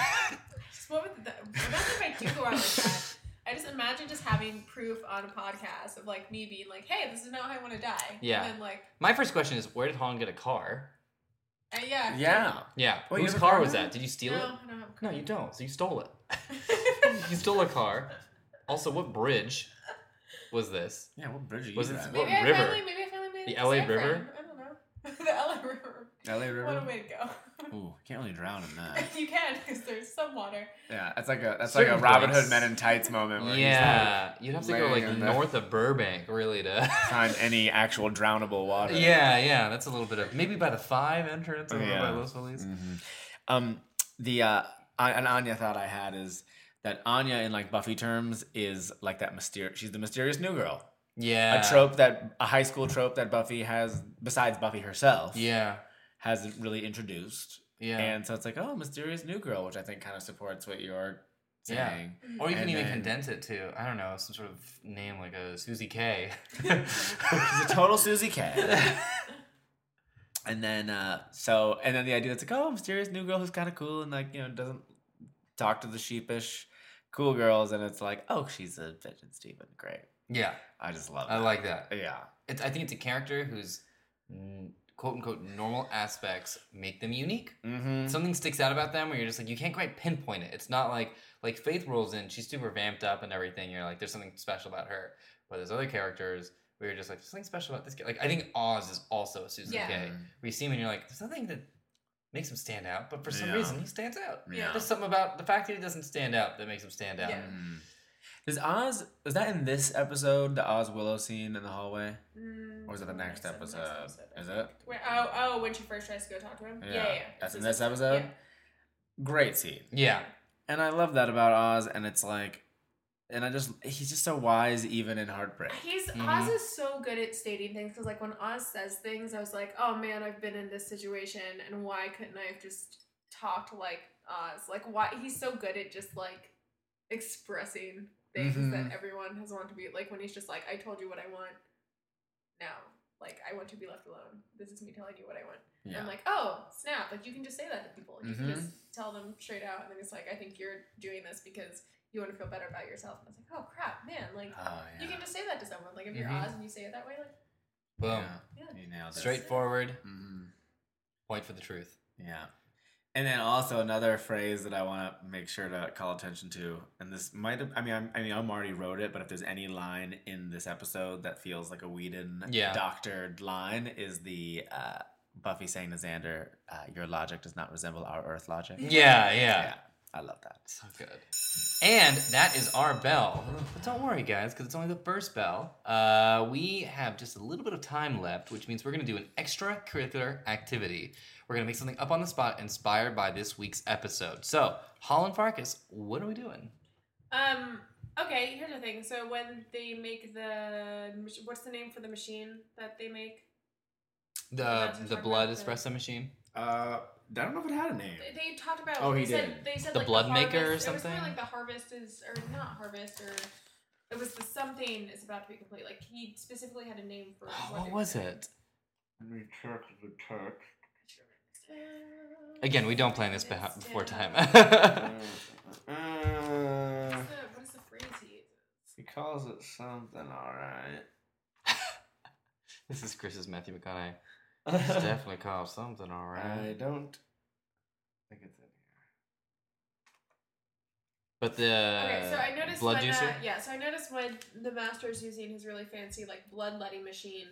[SPEAKER 3] Just what would the, imagine if I do go out like that. I just imagine just having proof on a podcast of like me being like, "Hey, this is not how I want to die."
[SPEAKER 1] Yeah.
[SPEAKER 3] And then like,
[SPEAKER 1] My first question is, where did Han get a car?
[SPEAKER 3] uh, yeah.
[SPEAKER 2] Yeah.
[SPEAKER 1] Yeah.
[SPEAKER 2] Wait, Oh, you
[SPEAKER 1] Whose
[SPEAKER 2] have a car
[SPEAKER 1] car was
[SPEAKER 2] now?
[SPEAKER 1] that? Did you steal
[SPEAKER 3] No,
[SPEAKER 1] it?
[SPEAKER 3] I don't have a
[SPEAKER 1] No,
[SPEAKER 3] car.
[SPEAKER 1] you don't. So you stole it. *laughs*
[SPEAKER 3] *laughs*
[SPEAKER 1] you stole a car. Also, what bridge was this?
[SPEAKER 2] Yeah. What bridge are you
[SPEAKER 1] Was it-
[SPEAKER 2] driving?
[SPEAKER 1] What
[SPEAKER 3] maybe I
[SPEAKER 1] river?
[SPEAKER 3] finally, maybe I finally made it
[SPEAKER 1] The
[SPEAKER 3] to
[SPEAKER 1] LA
[SPEAKER 3] San Fran.
[SPEAKER 1] River?
[SPEAKER 3] I don't know. *laughs* the LA
[SPEAKER 2] LA
[SPEAKER 3] What a
[SPEAKER 2] River.
[SPEAKER 3] way to go. *laughs*
[SPEAKER 2] Ooh, can't really drown in that.
[SPEAKER 3] you can, because there's some water.
[SPEAKER 2] Yeah, that's like a that's like
[SPEAKER 1] Certain
[SPEAKER 2] a Robin
[SPEAKER 1] points.
[SPEAKER 2] Hood Men in Tights moment. Where
[SPEAKER 1] yeah, you'd have to go like
[SPEAKER 2] laying on the-
[SPEAKER 1] north of Burbank really
[SPEAKER 2] *laughs*
[SPEAKER 1] to. *laughs*
[SPEAKER 2] He's not find any actual drownable water.
[SPEAKER 1] yeah, yeah, that's a little bit of maybe by the five entrance over
[SPEAKER 2] Yeah.
[SPEAKER 1] by Los Feliz.
[SPEAKER 2] Mhm. Um, the uh, I- an Anya thought I had is that Anya in like Buffy terms is like that mysterious. She's the mysterious new girl,
[SPEAKER 1] Yeah,
[SPEAKER 2] a trope that a high school trope that Buffy has besides Buffy herself.
[SPEAKER 1] Yeah,
[SPEAKER 2] hasn't really introduced.
[SPEAKER 1] yeah.
[SPEAKER 2] And so it's like, oh, mysterious new girl, which I think kind of supports what you're
[SPEAKER 1] Yeah.
[SPEAKER 2] saying. *laughs*
[SPEAKER 1] Or you can
[SPEAKER 2] And
[SPEAKER 1] even
[SPEAKER 2] then-
[SPEAKER 1] condense it to I don't know some sort of name like a Susie
[SPEAKER 2] *laughs*
[SPEAKER 1] K. *laughs*
[SPEAKER 3] *laughs*
[SPEAKER 2] She's a total Susie K. and then uh so and then the idea that's like, oh, mysterious new girl who's kind of cool and like, you know, doesn't talk to the sheepish cool girls and it's like, oh, she's a fidget Steven. Great.
[SPEAKER 1] yeah,
[SPEAKER 2] I just love it.
[SPEAKER 1] I like that.
[SPEAKER 2] Yeah.
[SPEAKER 1] It's, I think it's a character whose mm, quote unquote normal aspects make them unique.
[SPEAKER 2] Mm-hmm.
[SPEAKER 1] Something sticks out about them where you're just like you can't quite pinpoint it. It's not like like Faith rolls in, she's super vamped up and everything. You're like there's something special about her. But there's other characters where you're just like there's something special about this guy. Like I think Oz is also a Susan
[SPEAKER 3] Yeah.
[SPEAKER 1] K. We see him and you're like there's nothing that makes him stand out, but for some
[SPEAKER 2] Yeah.
[SPEAKER 1] reason he stands out.
[SPEAKER 3] Yeah.
[SPEAKER 1] There's something about the fact that he doesn't stand out that makes him stand out.
[SPEAKER 3] Yeah.
[SPEAKER 2] Mm. Is Oz was that in this episode, the Oz Willow scene in the hallway? Or
[SPEAKER 3] Mm,
[SPEAKER 2] is it the next episode? Is it?
[SPEAKER 3] Where, oh, oh, when she first tries to go talk to him? Yeah, yeah. yeah.
[SPEAKER 2] That's in
[SPEAKER 3] It's
[SPEAKER 2] this episode. Great scene.
[SPEAKER 1] Yeah.
[SPEAKER 2] And I love that about Oz. And it's like, and I just, he's just so wise even in heartbreak.
[SPEAKER 3] yeah. He's
[SPEAKER 1] Mhm.
[SPEAKER 3] Oz is so good at stating things because like when Oz says things, I was like, oh man, I've been in this situation, and why couldn't I have just talked like Oz? Like why he's so good at just like expressing things that
[SPEAKER 2] Mhm.
[SPEAKER 3] everyone has wanted to be like when he's just like, I told you what I want. Now, like I want to be left alone. This is me telling you what I want.
[SPEAKER 2] Yeah.
[SPEAKER 3] I'm like, oh, snap. Like, you can just say that to people. You
[SPEAKER 2] Mhm.
[SPEAKER 3] can just tell them straight out. And then it's like, I think you're doing this because you want to feel better about yourself. And it's like, oh, crap, man. Like,
[SPEAKER 2] oh, yeah.
[SPEAKER 3] you can just say that to someone. Like, if you're
[SPEAKER 1] Mhm.
[SPEAKER 3] Oz and you say it that way, like,
[SPEAKER 1] Boom.
[SPEAKER 2] Yeah.
[SPEAKER 3] Yeah.
[SPEAKER 2] You nailed it.
[SPEAKER 1] Straightforward,
[SPEAKER 2] hmm
[SPEAKER 4] Mm-hmm.
[SPEAKER 1] point for the truth.
[SPEAKER 2] Yeah. And then also another phrase that I want to make sure to call attention to, and this might have, I mean, I'm, I mean, I'm already wrote it, but if there's any line in this episode that feels like a Whedon
[SPEAKER 1] Yeah.
[SPEAKER 2] doctored line, is the uh, Buffy saying to Xander, uh, "Your logic does not resemble our Earth logic."
[SPEAKER 1] Yeah, yeah.
[SPEAKER 2] yeah, I love that.
[SPEAKER 1] So good. And that is our bell. But don't worry, guys, because it's only the first bell. Uh, we have just a little bit of time left, which means we're going to do an extracurricular activity. We're going to make something up on the spot inspired by this week's episode. So, Holland Farkas, what are we doing?
[SPEAKER 3] um, okay, here's the thing. So, when they make the, mach- what's the name for the machine that they make?
[SPEAKER 1] The
[SPEAKER 3] Imagine
[SPEAKER 1] the
[SPEAKER 3] talking
[SPEAKER 1] blood
[SPEAKER 3] about the-
[SPEAKER 1] espresso machine?
[SPEAKER 4] Uh, I don't know if it had a name.
[SPEAKER 3] They- They talked about,
[SPEAKER 4] Oh, he
[SPEAKER 3] they said,
[SPEAKER 4] did.
[SPEAKER 3] they said
[SPEAKER 1] The
[SPEAKER 3] like
[SPEAKER 1] blood
[SPEAKER 3] the
[SPEAKER 1] maker or
[SPEAKER 3] harvest- It was
[SPEAKER 1] something?
[SPEAKER 3] something like the harvest is, or not harvest, or it was the something is about to be complete. Like, he specifically had a name
[SPEAKER 1] *gasps*
[SPEAKER 3] for
[SPEAKER 1] Oh,
[SPEAKER 3] they
[SPEAKER 1] what
[SPEAKER 3] were
[SPEAKER 1] was
[SPEAKER 3] doing.
[SPEAKER 1] it?
[SPEAKER 4] Let me check the text.
[SPEAKER 1] Again, we don't plan this beho- before time.
[SPEAKER 4] *laughs*
[SPEAKER 1] *laughs*
[SPEAKER 4] Uh, uh,
[SPEAKER 3] What's the- what is the phrase he uses?
[SPEAKER 4] he calls it something, alright.
[SPEAKER 1] this is Chris's Matthew McConaughey. It's
[SPEAKER 3] *laughs*
[SPEAKER 1] definitely called something, all right.
[SPEAKER 4] I don't think it's in here.
[SPEAKER 1] But the
[SPEAKER 3] okay, so I noticed
[SPEAKER 1] uh, blood
[SPEAKER 3] when,
[SPEAKER 1] juicer.
[SPEAKER 3] Uh, yeah, so I noticed when the master's using his really fancy like bloodletting machine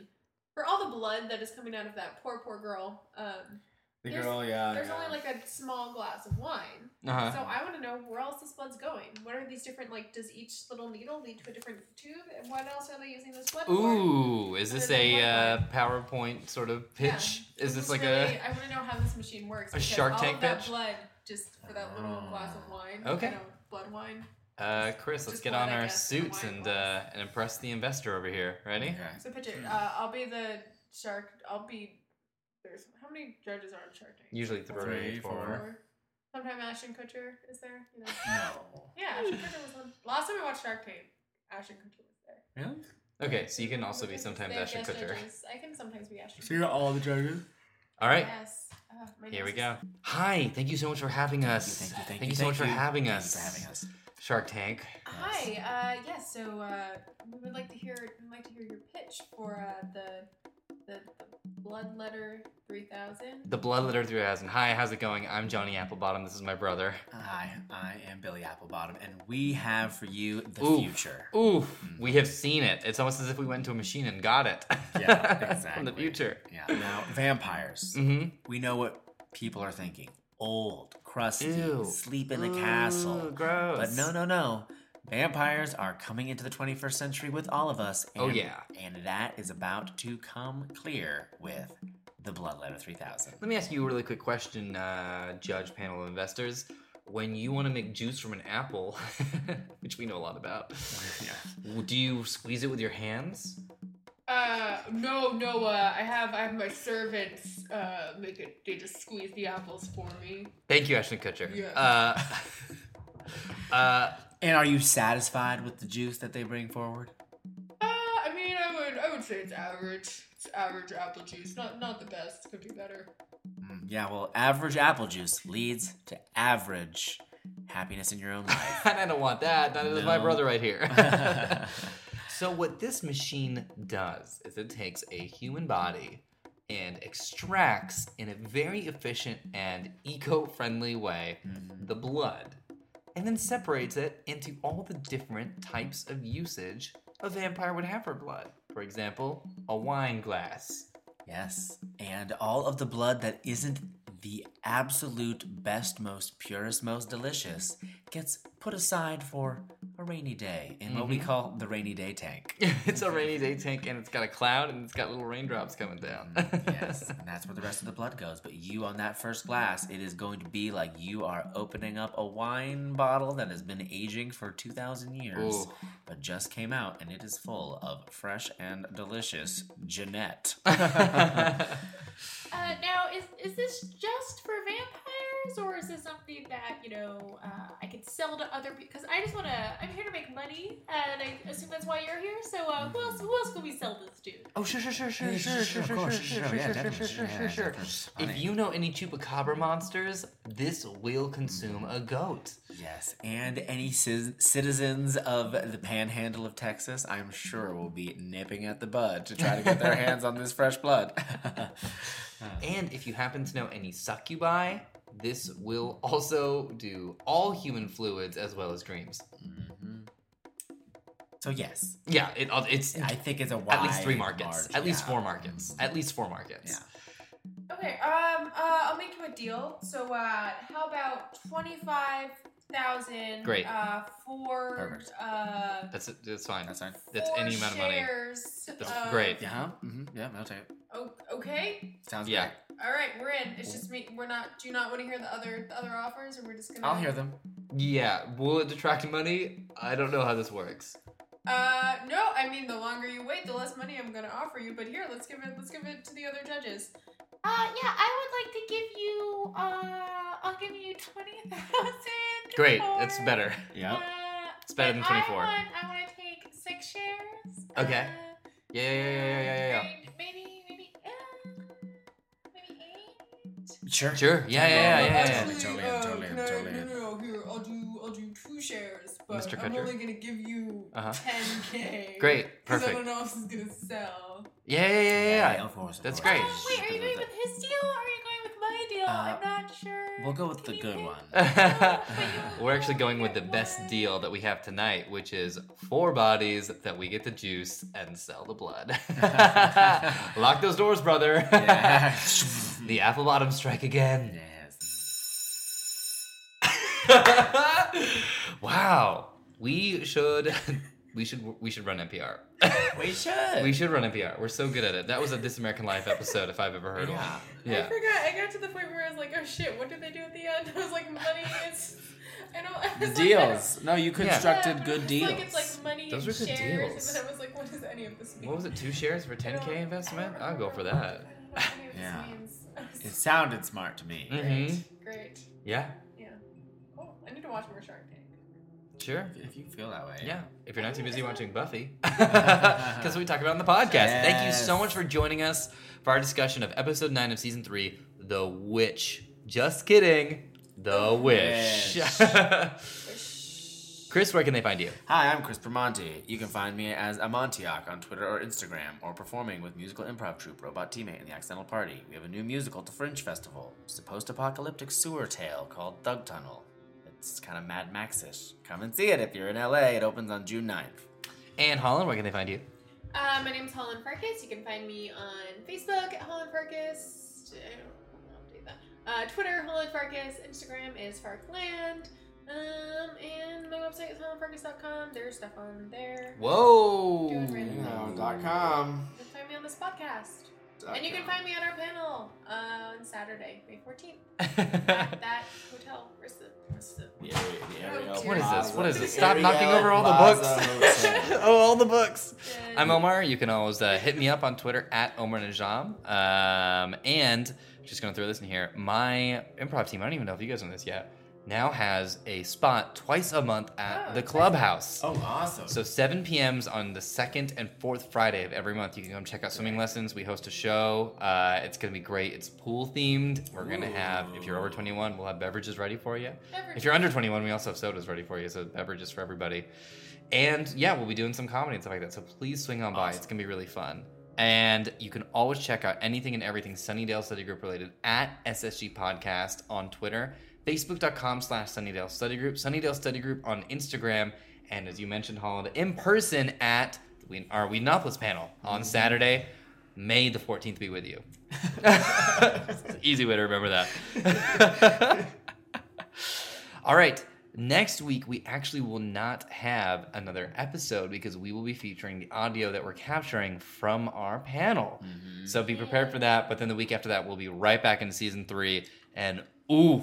[SPEAKER 3] for all the blood that is coming out of that poor poor girl. Um,
[SPEAKER 2] The
[SPEAKER 3] There's-
[SPEAKER 2] girl, yeah.
[SPEAKER 3] there's
[SPEAKER 2] yeah.
[SPEAKER 3] only like a small glass of wine,
[SPEAKER 1] Uh-huh.
[SPEAKER 3] uh, so I want to know where else this blood's going. What are these different like? Does each little needle lead to a different tube? And what else are they using this blood for?
[SPEAKER 1] Ooh, is this
[SPEAKER 3] There's a
[SPEAKER 1] a uh,
[SPEAKER 3] bloodline.
[SPEAKER 1] PowerPoint sort of pitch? Is this like
[SPEAKER 3] really, I want to know how this machine works.
[SPEAKER 1] a
[SPEAKER 3] because
[SPEAKER 1] Shark
[SPEAKER 3] all
[SPEAKER 1] Tank
[SPEAKER 3] of that
[SPEAKER 1] pitch? Oh.
[SPEAKER 3] blood just for that little glass of wine.
[SPEAKER 1] Okay.
[SPEAKER 3] You know, blood wine.
[SPEAKER 1] a uh, Chris? Let's
[SPEAKER 3] Just
[SPEAKER 1] get
[SPEAKER 3] one,
[SPEAKER 1] on
[SPEAKER 3] I
[SPEAKER 1] our
[SPEAKER 3] guess, and
[SPEAKER 1] suits
[SPEAKER 3] wine
[SPEAKER 1] and uh,
[SPEAKER 3] glass.
[SPEAKER 1] and impress the investor over here. Ready?
[SPEAKER 2] Okay.
[SPEAKER 3] So picture. Uh, I'll be the shark. I'll be. There's how many judges are on Shark Tank?
[SPEAKER 1] Usually three,
[SPEAKER 2] Three,
[SPEAKER 1] four.
[SPEAKER 2] four.
[SPEAKER 3] Four. Sometime Ashton Kutcher is there. You know.
[SPEAKER 2] No.
[SPEAKER 3] Yeah, Ashton Kutcher was on. Last time we watched Shark Tank, Ashton Kutcher was there.
[SPEAKER 2] Really?
[SPEAKER 1] Okay, so you can also be
[SPEAKER 3] Because
[SPEAKER 1] sometimes
[SPEAKER 3] they have
[SPEAKER 1] Ashton
[SPEAKER 3] guest
[SPEAKER 1] Kutcher.
[SPEAKER 3] judges. I can sometimes be Ashton.
[SPEAKER 2] So you're all the judges.
[SPEAKER 1] All right,
[SPEAKER 3] Yes. Ugh, my
[SPEAKER 1] here we
[SPEAKER 3] nose
[SPEAKER 1] go. Hi, thank you so much for having us.
[SPEAKER 2] Thank you. Thank you. Thank,
[SPEAKER 1] you so much for having
[SPEAKER 2] Thank
[SPEAKER 1] us.
[SPEAKER 2] you for having us.
[SPEAKER 1] Shark Tank.
[SPEAKER 3] Hi. Uh, yes. So uh, we would like to hear. We'd like to hear your pitch for uh, the the Bloodletter 3000.
[SPEAKER 1] The Bloodletter 3000. Hi, how's it going? I'm Johnny Applebottom. This is my brother.
[SPEAKER 2] Hi, I am Billy Applebottom, and we have for you the
[SPEAKER 1] Ooh.
[SPEAKER 2] future.
[SPEAKER 1] Ooh,
[SPEAKER 2] Mm.
[SPEAKER 1] we have seen it. It's almost as if we went to a machine and got it.
[SPEAKER 2] Yeah,
[SPEAKER 1] *laughs* From the
[SPEAKER 2] exactly.
[SPEAKER 1] future.
[SPEAKER 2] Yeah, now vampires.
[SPEAKER 1] Mm-hmm.
[SPEAKER 2] We know what people are thinking: old, crusty,
[SPEAKER 1] Ew.
[SPEAKER 2] sleep in the castle.
[SPEAKER 1] Gross.
[SPEAKER 2] But no, no, no. Vampires are coming into the 21st century with all of us. And,
[SPEAKER 1] Oh, yeah.
[SPEAKER 2] And that is about to come clear with the Bloodletter 3000.
[SPEAKER 1] Let me ask you a really quick question, uh, Judge Panel of Investors. When you want to make juice from an apple, *laughs* which we know a lot about, do you squeeze it with your hands?
[SPEAKER 3] Uh, no, no, uh, I have, I have my servants, uh, make it, they just squeeze the apples for me.
[SPEAKER 1] Thank you, Ashton Kutcher.
[SPEAKER 3] Yeah.
[SPEAKER 1] Uh, *laughs* uh, *laughs*
[SPEAKER 2] And are you satisfied with the juice that they bring forward?
[SPEAKER 3] Uh, I mean, I would, I would say it's average. It's average apple juice. Not, not the best. Could be better.
[SPEAKER 2] Mm, Yeah, well, average apple juice leads to average happiness in your own life. *laughs*
[SPEAKER 1] and I don't want that. That is my
[SPEAKER 2] No.
[SPEAKER 1] brother right
[SPEAKER 2] *laughs*
[SPEAKER 1] here.
[SPEAKER 2] Mm-hmm.
[SPEAKER 1] so, what this machine does is it takes a human body and extracts in a very efficient and eco friendly way
[SPEAKER 2] Mhm.
[SPEAKER 1] the blood and then separates it into all the different types of usage a vampire would have for blood. For example, a wine glass. *laughs*
[SPEAKER 2] Yes. And all of the blood that isn't the absolute best, most purest, most delicious gets put aside for a rainy day in what we
[SPEAKER 1] Mhm.
[SPEAKER 2] call the rainy day tank.
[SPEAKER 1] it's a rainy day tank and it's got a cloud and it's got little raindrops coming down. *laughs*
[SPEAKER 2] Mm, yes, and that's where the rest of the blood goes. But you on that first glass, it is going to be like you are opening up a wine bottle that has been aging for 2,000 years,
[SPEAKER 1] Ooh.
[SPEAKER 2] but just came out and it is full of fresh and delicious
[SPEAKER 1] *laughs*
[SPEAKER 2] Jeanette. *laughs*
[SPEAKER 3] Uh, now is is this just for vampires, or is this something that you know uh, I could sell to other people? Because I just want to. I'm here to make money, and I assume that's why you're here. So uh, who else? Who else could we sell this to?
[SPEAKER 1] Oh, sure, sure, sure, sure,
[SPEAKER 2] Yeah,
[SPEAKER 1] sure, sure, sure,
[SPEAKER 2] of
[SPEAKER 1] sure,
[SPEAKER 2] course,
[SPEAKER 1] sure,
[SPEAKER 2] yeah,
[SPEAKER 1] sure, sure, sure,
[SPEAKER 2] definitely,
[SPEAKER 1] sure,
[SPEAKER 2] yeah,
[SPEAKER 1] sure, sure.
[SPEAKER 2] definitely, it's
[SPEAKER 1] If
[SPEAKER 2] funny.
[SPEAKER 1] you know any chupacabra monsters, this will consume a goat.
[SPEAKER 2] Yes, and any ci- citizens of the panhandle of Texas, I'm sure, will be nipping at the bud to try to get *laughs* their hands on this fresh blood.
[SPEAKER 1] *laughs*
[SPEAKER 2] *laughs*
[SPEAKER 1] And if you happen to know any succubi, this will also do all human fluids as well as dreams. Mm-hmm.
[SPEAKER 2] Mhm. So, yes,
[SPEAKER 1] Yeah, it, uh, it's
[SPEAKER 2] I think it's a wide
[SPEAKER 1] at least three markets,
[SPEAKER 2] margin,
[SPEAKER 1] at least
[SPEAKER 2] yeah.
[SPEAKER 1] four markets, at least four markets.
[SPEAKER 2] Yeah.
[SPEAKER 3] Okay. Um. Uh, I'll make you a deal. So uh, how about twenty five thousand?
[SPEAKER 1] Great.
[SPEAKER 3] Uh, for
[SPEAKER 2] Perfect.
[SPEAKER 3] uh,
[SPEAKER 1] That's that's fine.
[SPEAKER 2] That's fine.
[SPEAKER 1] That's
[SPEAKER 3] four
[SPEAKER 1] any amount of money.
[SPEAKER 3] shares
[SPEAKER 1] That's
[SPEAKER 3] of-
[SPEAKER 1] great.
[SPEAKER 2] Yeah, huh? Mhm. yeah, I'll take it.
[SPEAKER 3] O- okay.
[SPEAKER 2] Sounds
[SPEAKER 1] Yeah.
[SPEAKER 2] yeah. great.
[SPEAKER 3] All right. We're in. It's just me. We're not. Do you not want to hear the other the other offers, and we're just gonna.
[SPEAKER 2] I'll hear them.
[SPEAKER 1] Yeah, will it attract money? I don't know how this works.
[SPEAKER 3] Uh, no, I mean the longer you wait, the less money I'm gonna offer you. But here, let's give it, let's give it to the other judges. Uh, yeah, I would like to give you, uh, I'll give you twenty thousand.
[SPEAKER 1] Great, that's better.
[SPEAKER 3] Uh,
[SPEAKER 2] Yeah.
[SPEAKER 1] It's better than
[SPEAKER 3] but
[SPEAKER 1] twenty four.
[SPEAKER 3] I want, I want to take six shares.
[SPEAKER 1] Okay.
[SPEAKER 3] Uh,
[SPEAKER 1] Yeah, yeah, yeah, yeah, yeah, yeah,
[SPEAKER 3] and Maybe, maybe, uh, maybe eight.
[SPEAKER 2] Sure.
[SPEAKER 1] yeah. Sure. Yeah, yeah, yeah, yeah,
[SPEAKER 3] Um,
[SPEAKER 1] yeah.
[SPEAKER 2] Totally,
[SPEAKER 3] actually,
[SPEAKER 2] totally,
[SPEAKER 3] uh,
[SPEAKER 2] totally,
[SPEAKER 3] can I-
[SPEAKER 2] totally.
[SPEAKER 3] No, no, no. Here, I'll do, I'll do two shares, but
[SPEAKER 1] Mr.
[SPEAKER 3] I'm
[SPEAKER 1] Kutcher.
[SPEAKER 3] only gonna give you
[SPEAKER 1] Uh-huh.
[SPEAKER 3] 10k.
[SPEAKER 1] Great,
[SPEAKER 3] Because I
[SPEAKER 1] perfect.
[SPEAKER 3] don't know if this is gonna sell.
[SPEAKER 1] Yeah, yeah, yeah, yeah. yeah.
[SPEAKER 2] of course. of
[SPEAKER 1] That's
[SPEAKER 2] course.
[SPEAKER 1] great.
[SPEAKER 3] Oh, wait, are you going with his deal or are you going with my deal?
[SPEAKER 2] Uh,
[SPEAKER 3] I'm not sure.
[SPEAKER 2] We'll go with
[SPEAKER 3] Can
[SPEAKER 2] the
[SPEAKER 3] you
[SPEAKER 2] good
[SPEAKER 3] pick?
[SPEAKER 1] *laughs*
[SPEAKER 2] one.
[SPEAKER 1] We're actually going with the best deal that we have tonight, which is four bodies that we get to juice and sell the blood. *laughs* Lock those doors, brother.
[SPEAKER 2] Yeah.
[SPEAKER 1] *laughs* the apple bottom strike again.
[SPEAKER 2] *laughs* yes.
[SPEAKER 1] *laughs* wow. We should *laughs* we should we should run NPR.
[SPEAKER 2] We
[SPEAKER 1] *laughs*
[SPEAKER 2] should.
[SPEAKER 1] we should run NPR. We're so good at it. That was a This American Life episode if I've ever heard
[SPEAKER 2] Yeah.
[SPEAKER 1] one.
[SPEAKER 3] I
[SPEAKER 1] Yeah.
[SPEAKER 3] forgot. I got to the point where I was like, oh shit, what did they do at the end? *laughs* I was like, money is. I don't. *laughs* I
[SPEAKER 2] The
[SPEAKER 3] was like, I don't-
[SPEAKER 2] deals. No, you constructed
[SPEAKER 3] Yeah, but
[SPEAKER 2] good
[SPEAKER 3] it's
[SPEAKER 2] deals.
[SPEAKER 3] Like it's like money
[SPEAKER 1] Those
[SPEAKER 3] and
[SPEAKER 1] are good
[SPEAKER 3] shares,
[SPEAKER 1] deals.
[SPEAKER 3] and then I was like, what does any of this mean?
[SPEAKER 1] What was it? Two shares for 10k investment? I'll go for that.
[SPEAKER 2] Yeah.
[SPEAKER 3] yeah. *laughs*
[SPEAKER 2] It sounded smart to me.
[SPEAKER 3] Great.
[SPEAKER 1] Mhm.
[SPEAKER 3] Great.
[SPEAKER 1] Yeah.
[SPEAKER 3] Yeah. Oh, I need to watch more Shark Tank.
[SPEAKER 1] Sure.
[SPEAKER 2] If you feel that way.
[SPEAKER 1] Yeah, if you're not too busy watching *laughs* Buffy, because we talk about it on the podcast. Thank you so
[SPEAKER 2] Yes.
[SPEAKER 1] much for joining us for our discussion of episode nine of season three, The Witch. Just kidding, The Wish.
[SPEAKER 2] Wish.
[SPEAKER 1] Great *laughs* Chris, where can they find you?
[SPEAKER 2] Hi, I'm Chris Permonti. You can find me as Amontioc on Twitter or Instagram, or performing with musical improv troupe Robot Teammate and the Accidental Party. We have a new musical at the Fringe Festival. It's a post apocalyptic sewer tale called Thug Tunnel. It's kind of Mad Max ish. Come and see it if you're in LA. It opens on June 9th.
[SPEAKER 1] And Holland, where can they find you?
[SPEAKER 3] Uh, my name's Holland Farkas. You can find me on Facebook at Holland Farkas. I don't know, I'll update that. Uh, Twitter, Holland Farkas. Instagram is Farkland. Um, and my website is hollandfarkas.com. There's stuff on there.
[SPEAKER 1] Whoa.
[SPEAKER 3] Doing really
[SPEAKER 4] No, dot com.
[SPEAKER 3] You can find me on this podcast.
[SPEAKER 4] Dot
[SPEAKER 3] and you can
[SPEAKER 4] com.
[SPEAKER 3] find me on our panel uh, on Saturday, May
[SPEAKER 1] *laughs*
[SPEAKER 3] 14th. at
[SPEAKER 1] what
[SPEAKER 3] that hotel. Where's the- where's the-
[SPEAKER 2] The Ariel- the Ariel
[SPEAKER 3] What
[SPEAKER 1] is this?
[SPEAKER 2] Plaza-
[SPEAKER 1] What is this?
[SPEAKER 3] The
[SPEAKER 1] Stop
[SPEAKER 2] Ariel
[SPEAKER 1] knocking over all the
[SPEAKER 2] Plaza
[SPEAKER 1] *laughs* books.
[SPEAKER 2] Hotel.
[SPEAKER 1] oh, all the books.
[SPEAKER 3] the-
[SPEAKER 1] I'm Omar. You can always uh, hit me up on Twitter at Omar Najam. Um, and just going to throw this in here. My improv team, I don't even know if you guys know this yet, now has a spot twice a month at
[SPEAKER 3] Oh,
[SPEAKER 1] the
[SPEAKER 3] nice.
[SPEAKER 1] clubhouse.
[SPEAKER 2] *laughs* oh, awesome.
[SPEAKER 1] So 7 p.m.s on the second and fourth Friday of every month. You can come check out swimming lessons. We host a show. Uh, it's gonna be great. It's pool themed. We're gonna have, if you're over
[SPEAKER 2] Ooh.
[SPEAKER 1] 21, we'll have beverages ready for you.
[SPEAKER 3] Everton.
[SPEAKER 1] If you're under 21, we also have sodas ready for you, so beverages for everybody. And yeah, we'll be doing some comedy and stuff like that. So please swing on by.
[SPEAKER 2] Awesome.
[SPEAKER 1] It's gonna be really fun. And you can always check out anything and everything Sunnydale Study Group related at SSG Podcast on Twitter, Facebook.com slash Sunnydale Study Group, Sunnydale Study Group on Instagram, and as you mentioned, Holland, in person at the Wien- our Weenopolis panel on Saturday. May the 14th be with you. *laughs* It's an easy way to remember that. All right. Next week, we actually will not have another episode because we will be featuring the audio that we're capturing from our panel.
[SPEAKER 2] Mm-hmm.
[SPEAKER 1] So be prepared for that. But then the week after that, we'll be right back in season three. And ooh,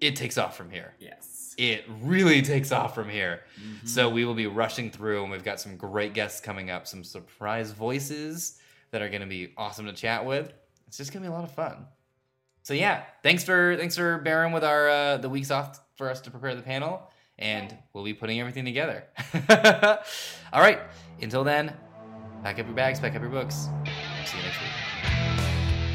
[SPEAKER 1] it takes off from here.
[SPEAKER 2] Yes.
[SPEAKER 1] It really takes off from here. So we will be rushing through, and we've got some great guests coming up, some surprise voices that are going to be awesome to chat with. It's just going to be a lot of fun. So yeah, thanks for thanks for bearing with our uh, the weeks off for us to prepare the panel, and
[SPEAKER 3] Yeah.
[SPEAKER 1] we'll be putting everything together. *laughs* All right, until then, pack up your bags, pack up your books. See you next week.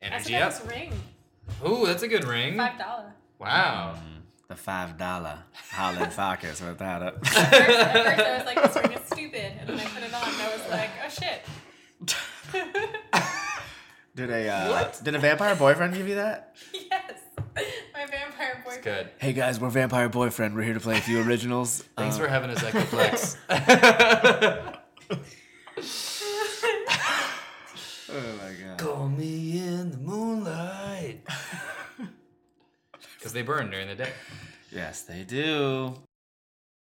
[SPEAKER 3] That's
[SPEAKER 1] Energy
[SPEAKER 3] a
[SPEAKER 1] up.
[SPEAKER 3] nice ring.
[SPEAKER 1] Ooh, that's a good ring. *laughs*
[SPEAKER 3] Five dollar.
[SPEAKER 1] Wow.
[SPEAKER 2] The $5 Holland Farkas without *laughs*
[SPEAKER 3] At first, at first I was like, this ring is stupid, and then I put it on, and I was like, oh shit. *laughs*
[SPEAKER 2] Did a uh,
[SPEAKER 1] What?
[SPEAKER 2] did a vampire boyfriend give you that?
[SPEAKER 3] yes, my vampire boyfriend.
[SPEAKER 1] It's good.
[SPEAKER 2] Hey guys, we're vampire boyfriend. We're here to play a few originals.
[SPEAKER 1] Thanks for
[SPEAKER 2] Um,
[SPEAKER 1] having us, *laughs* Echoplex.
[SPEAKER 2] Oh my god.
[SPEAKER 1] Call me in the *laughs* moonlight. Because they burn during the day.
[SPEAKER 2] Yes, they do.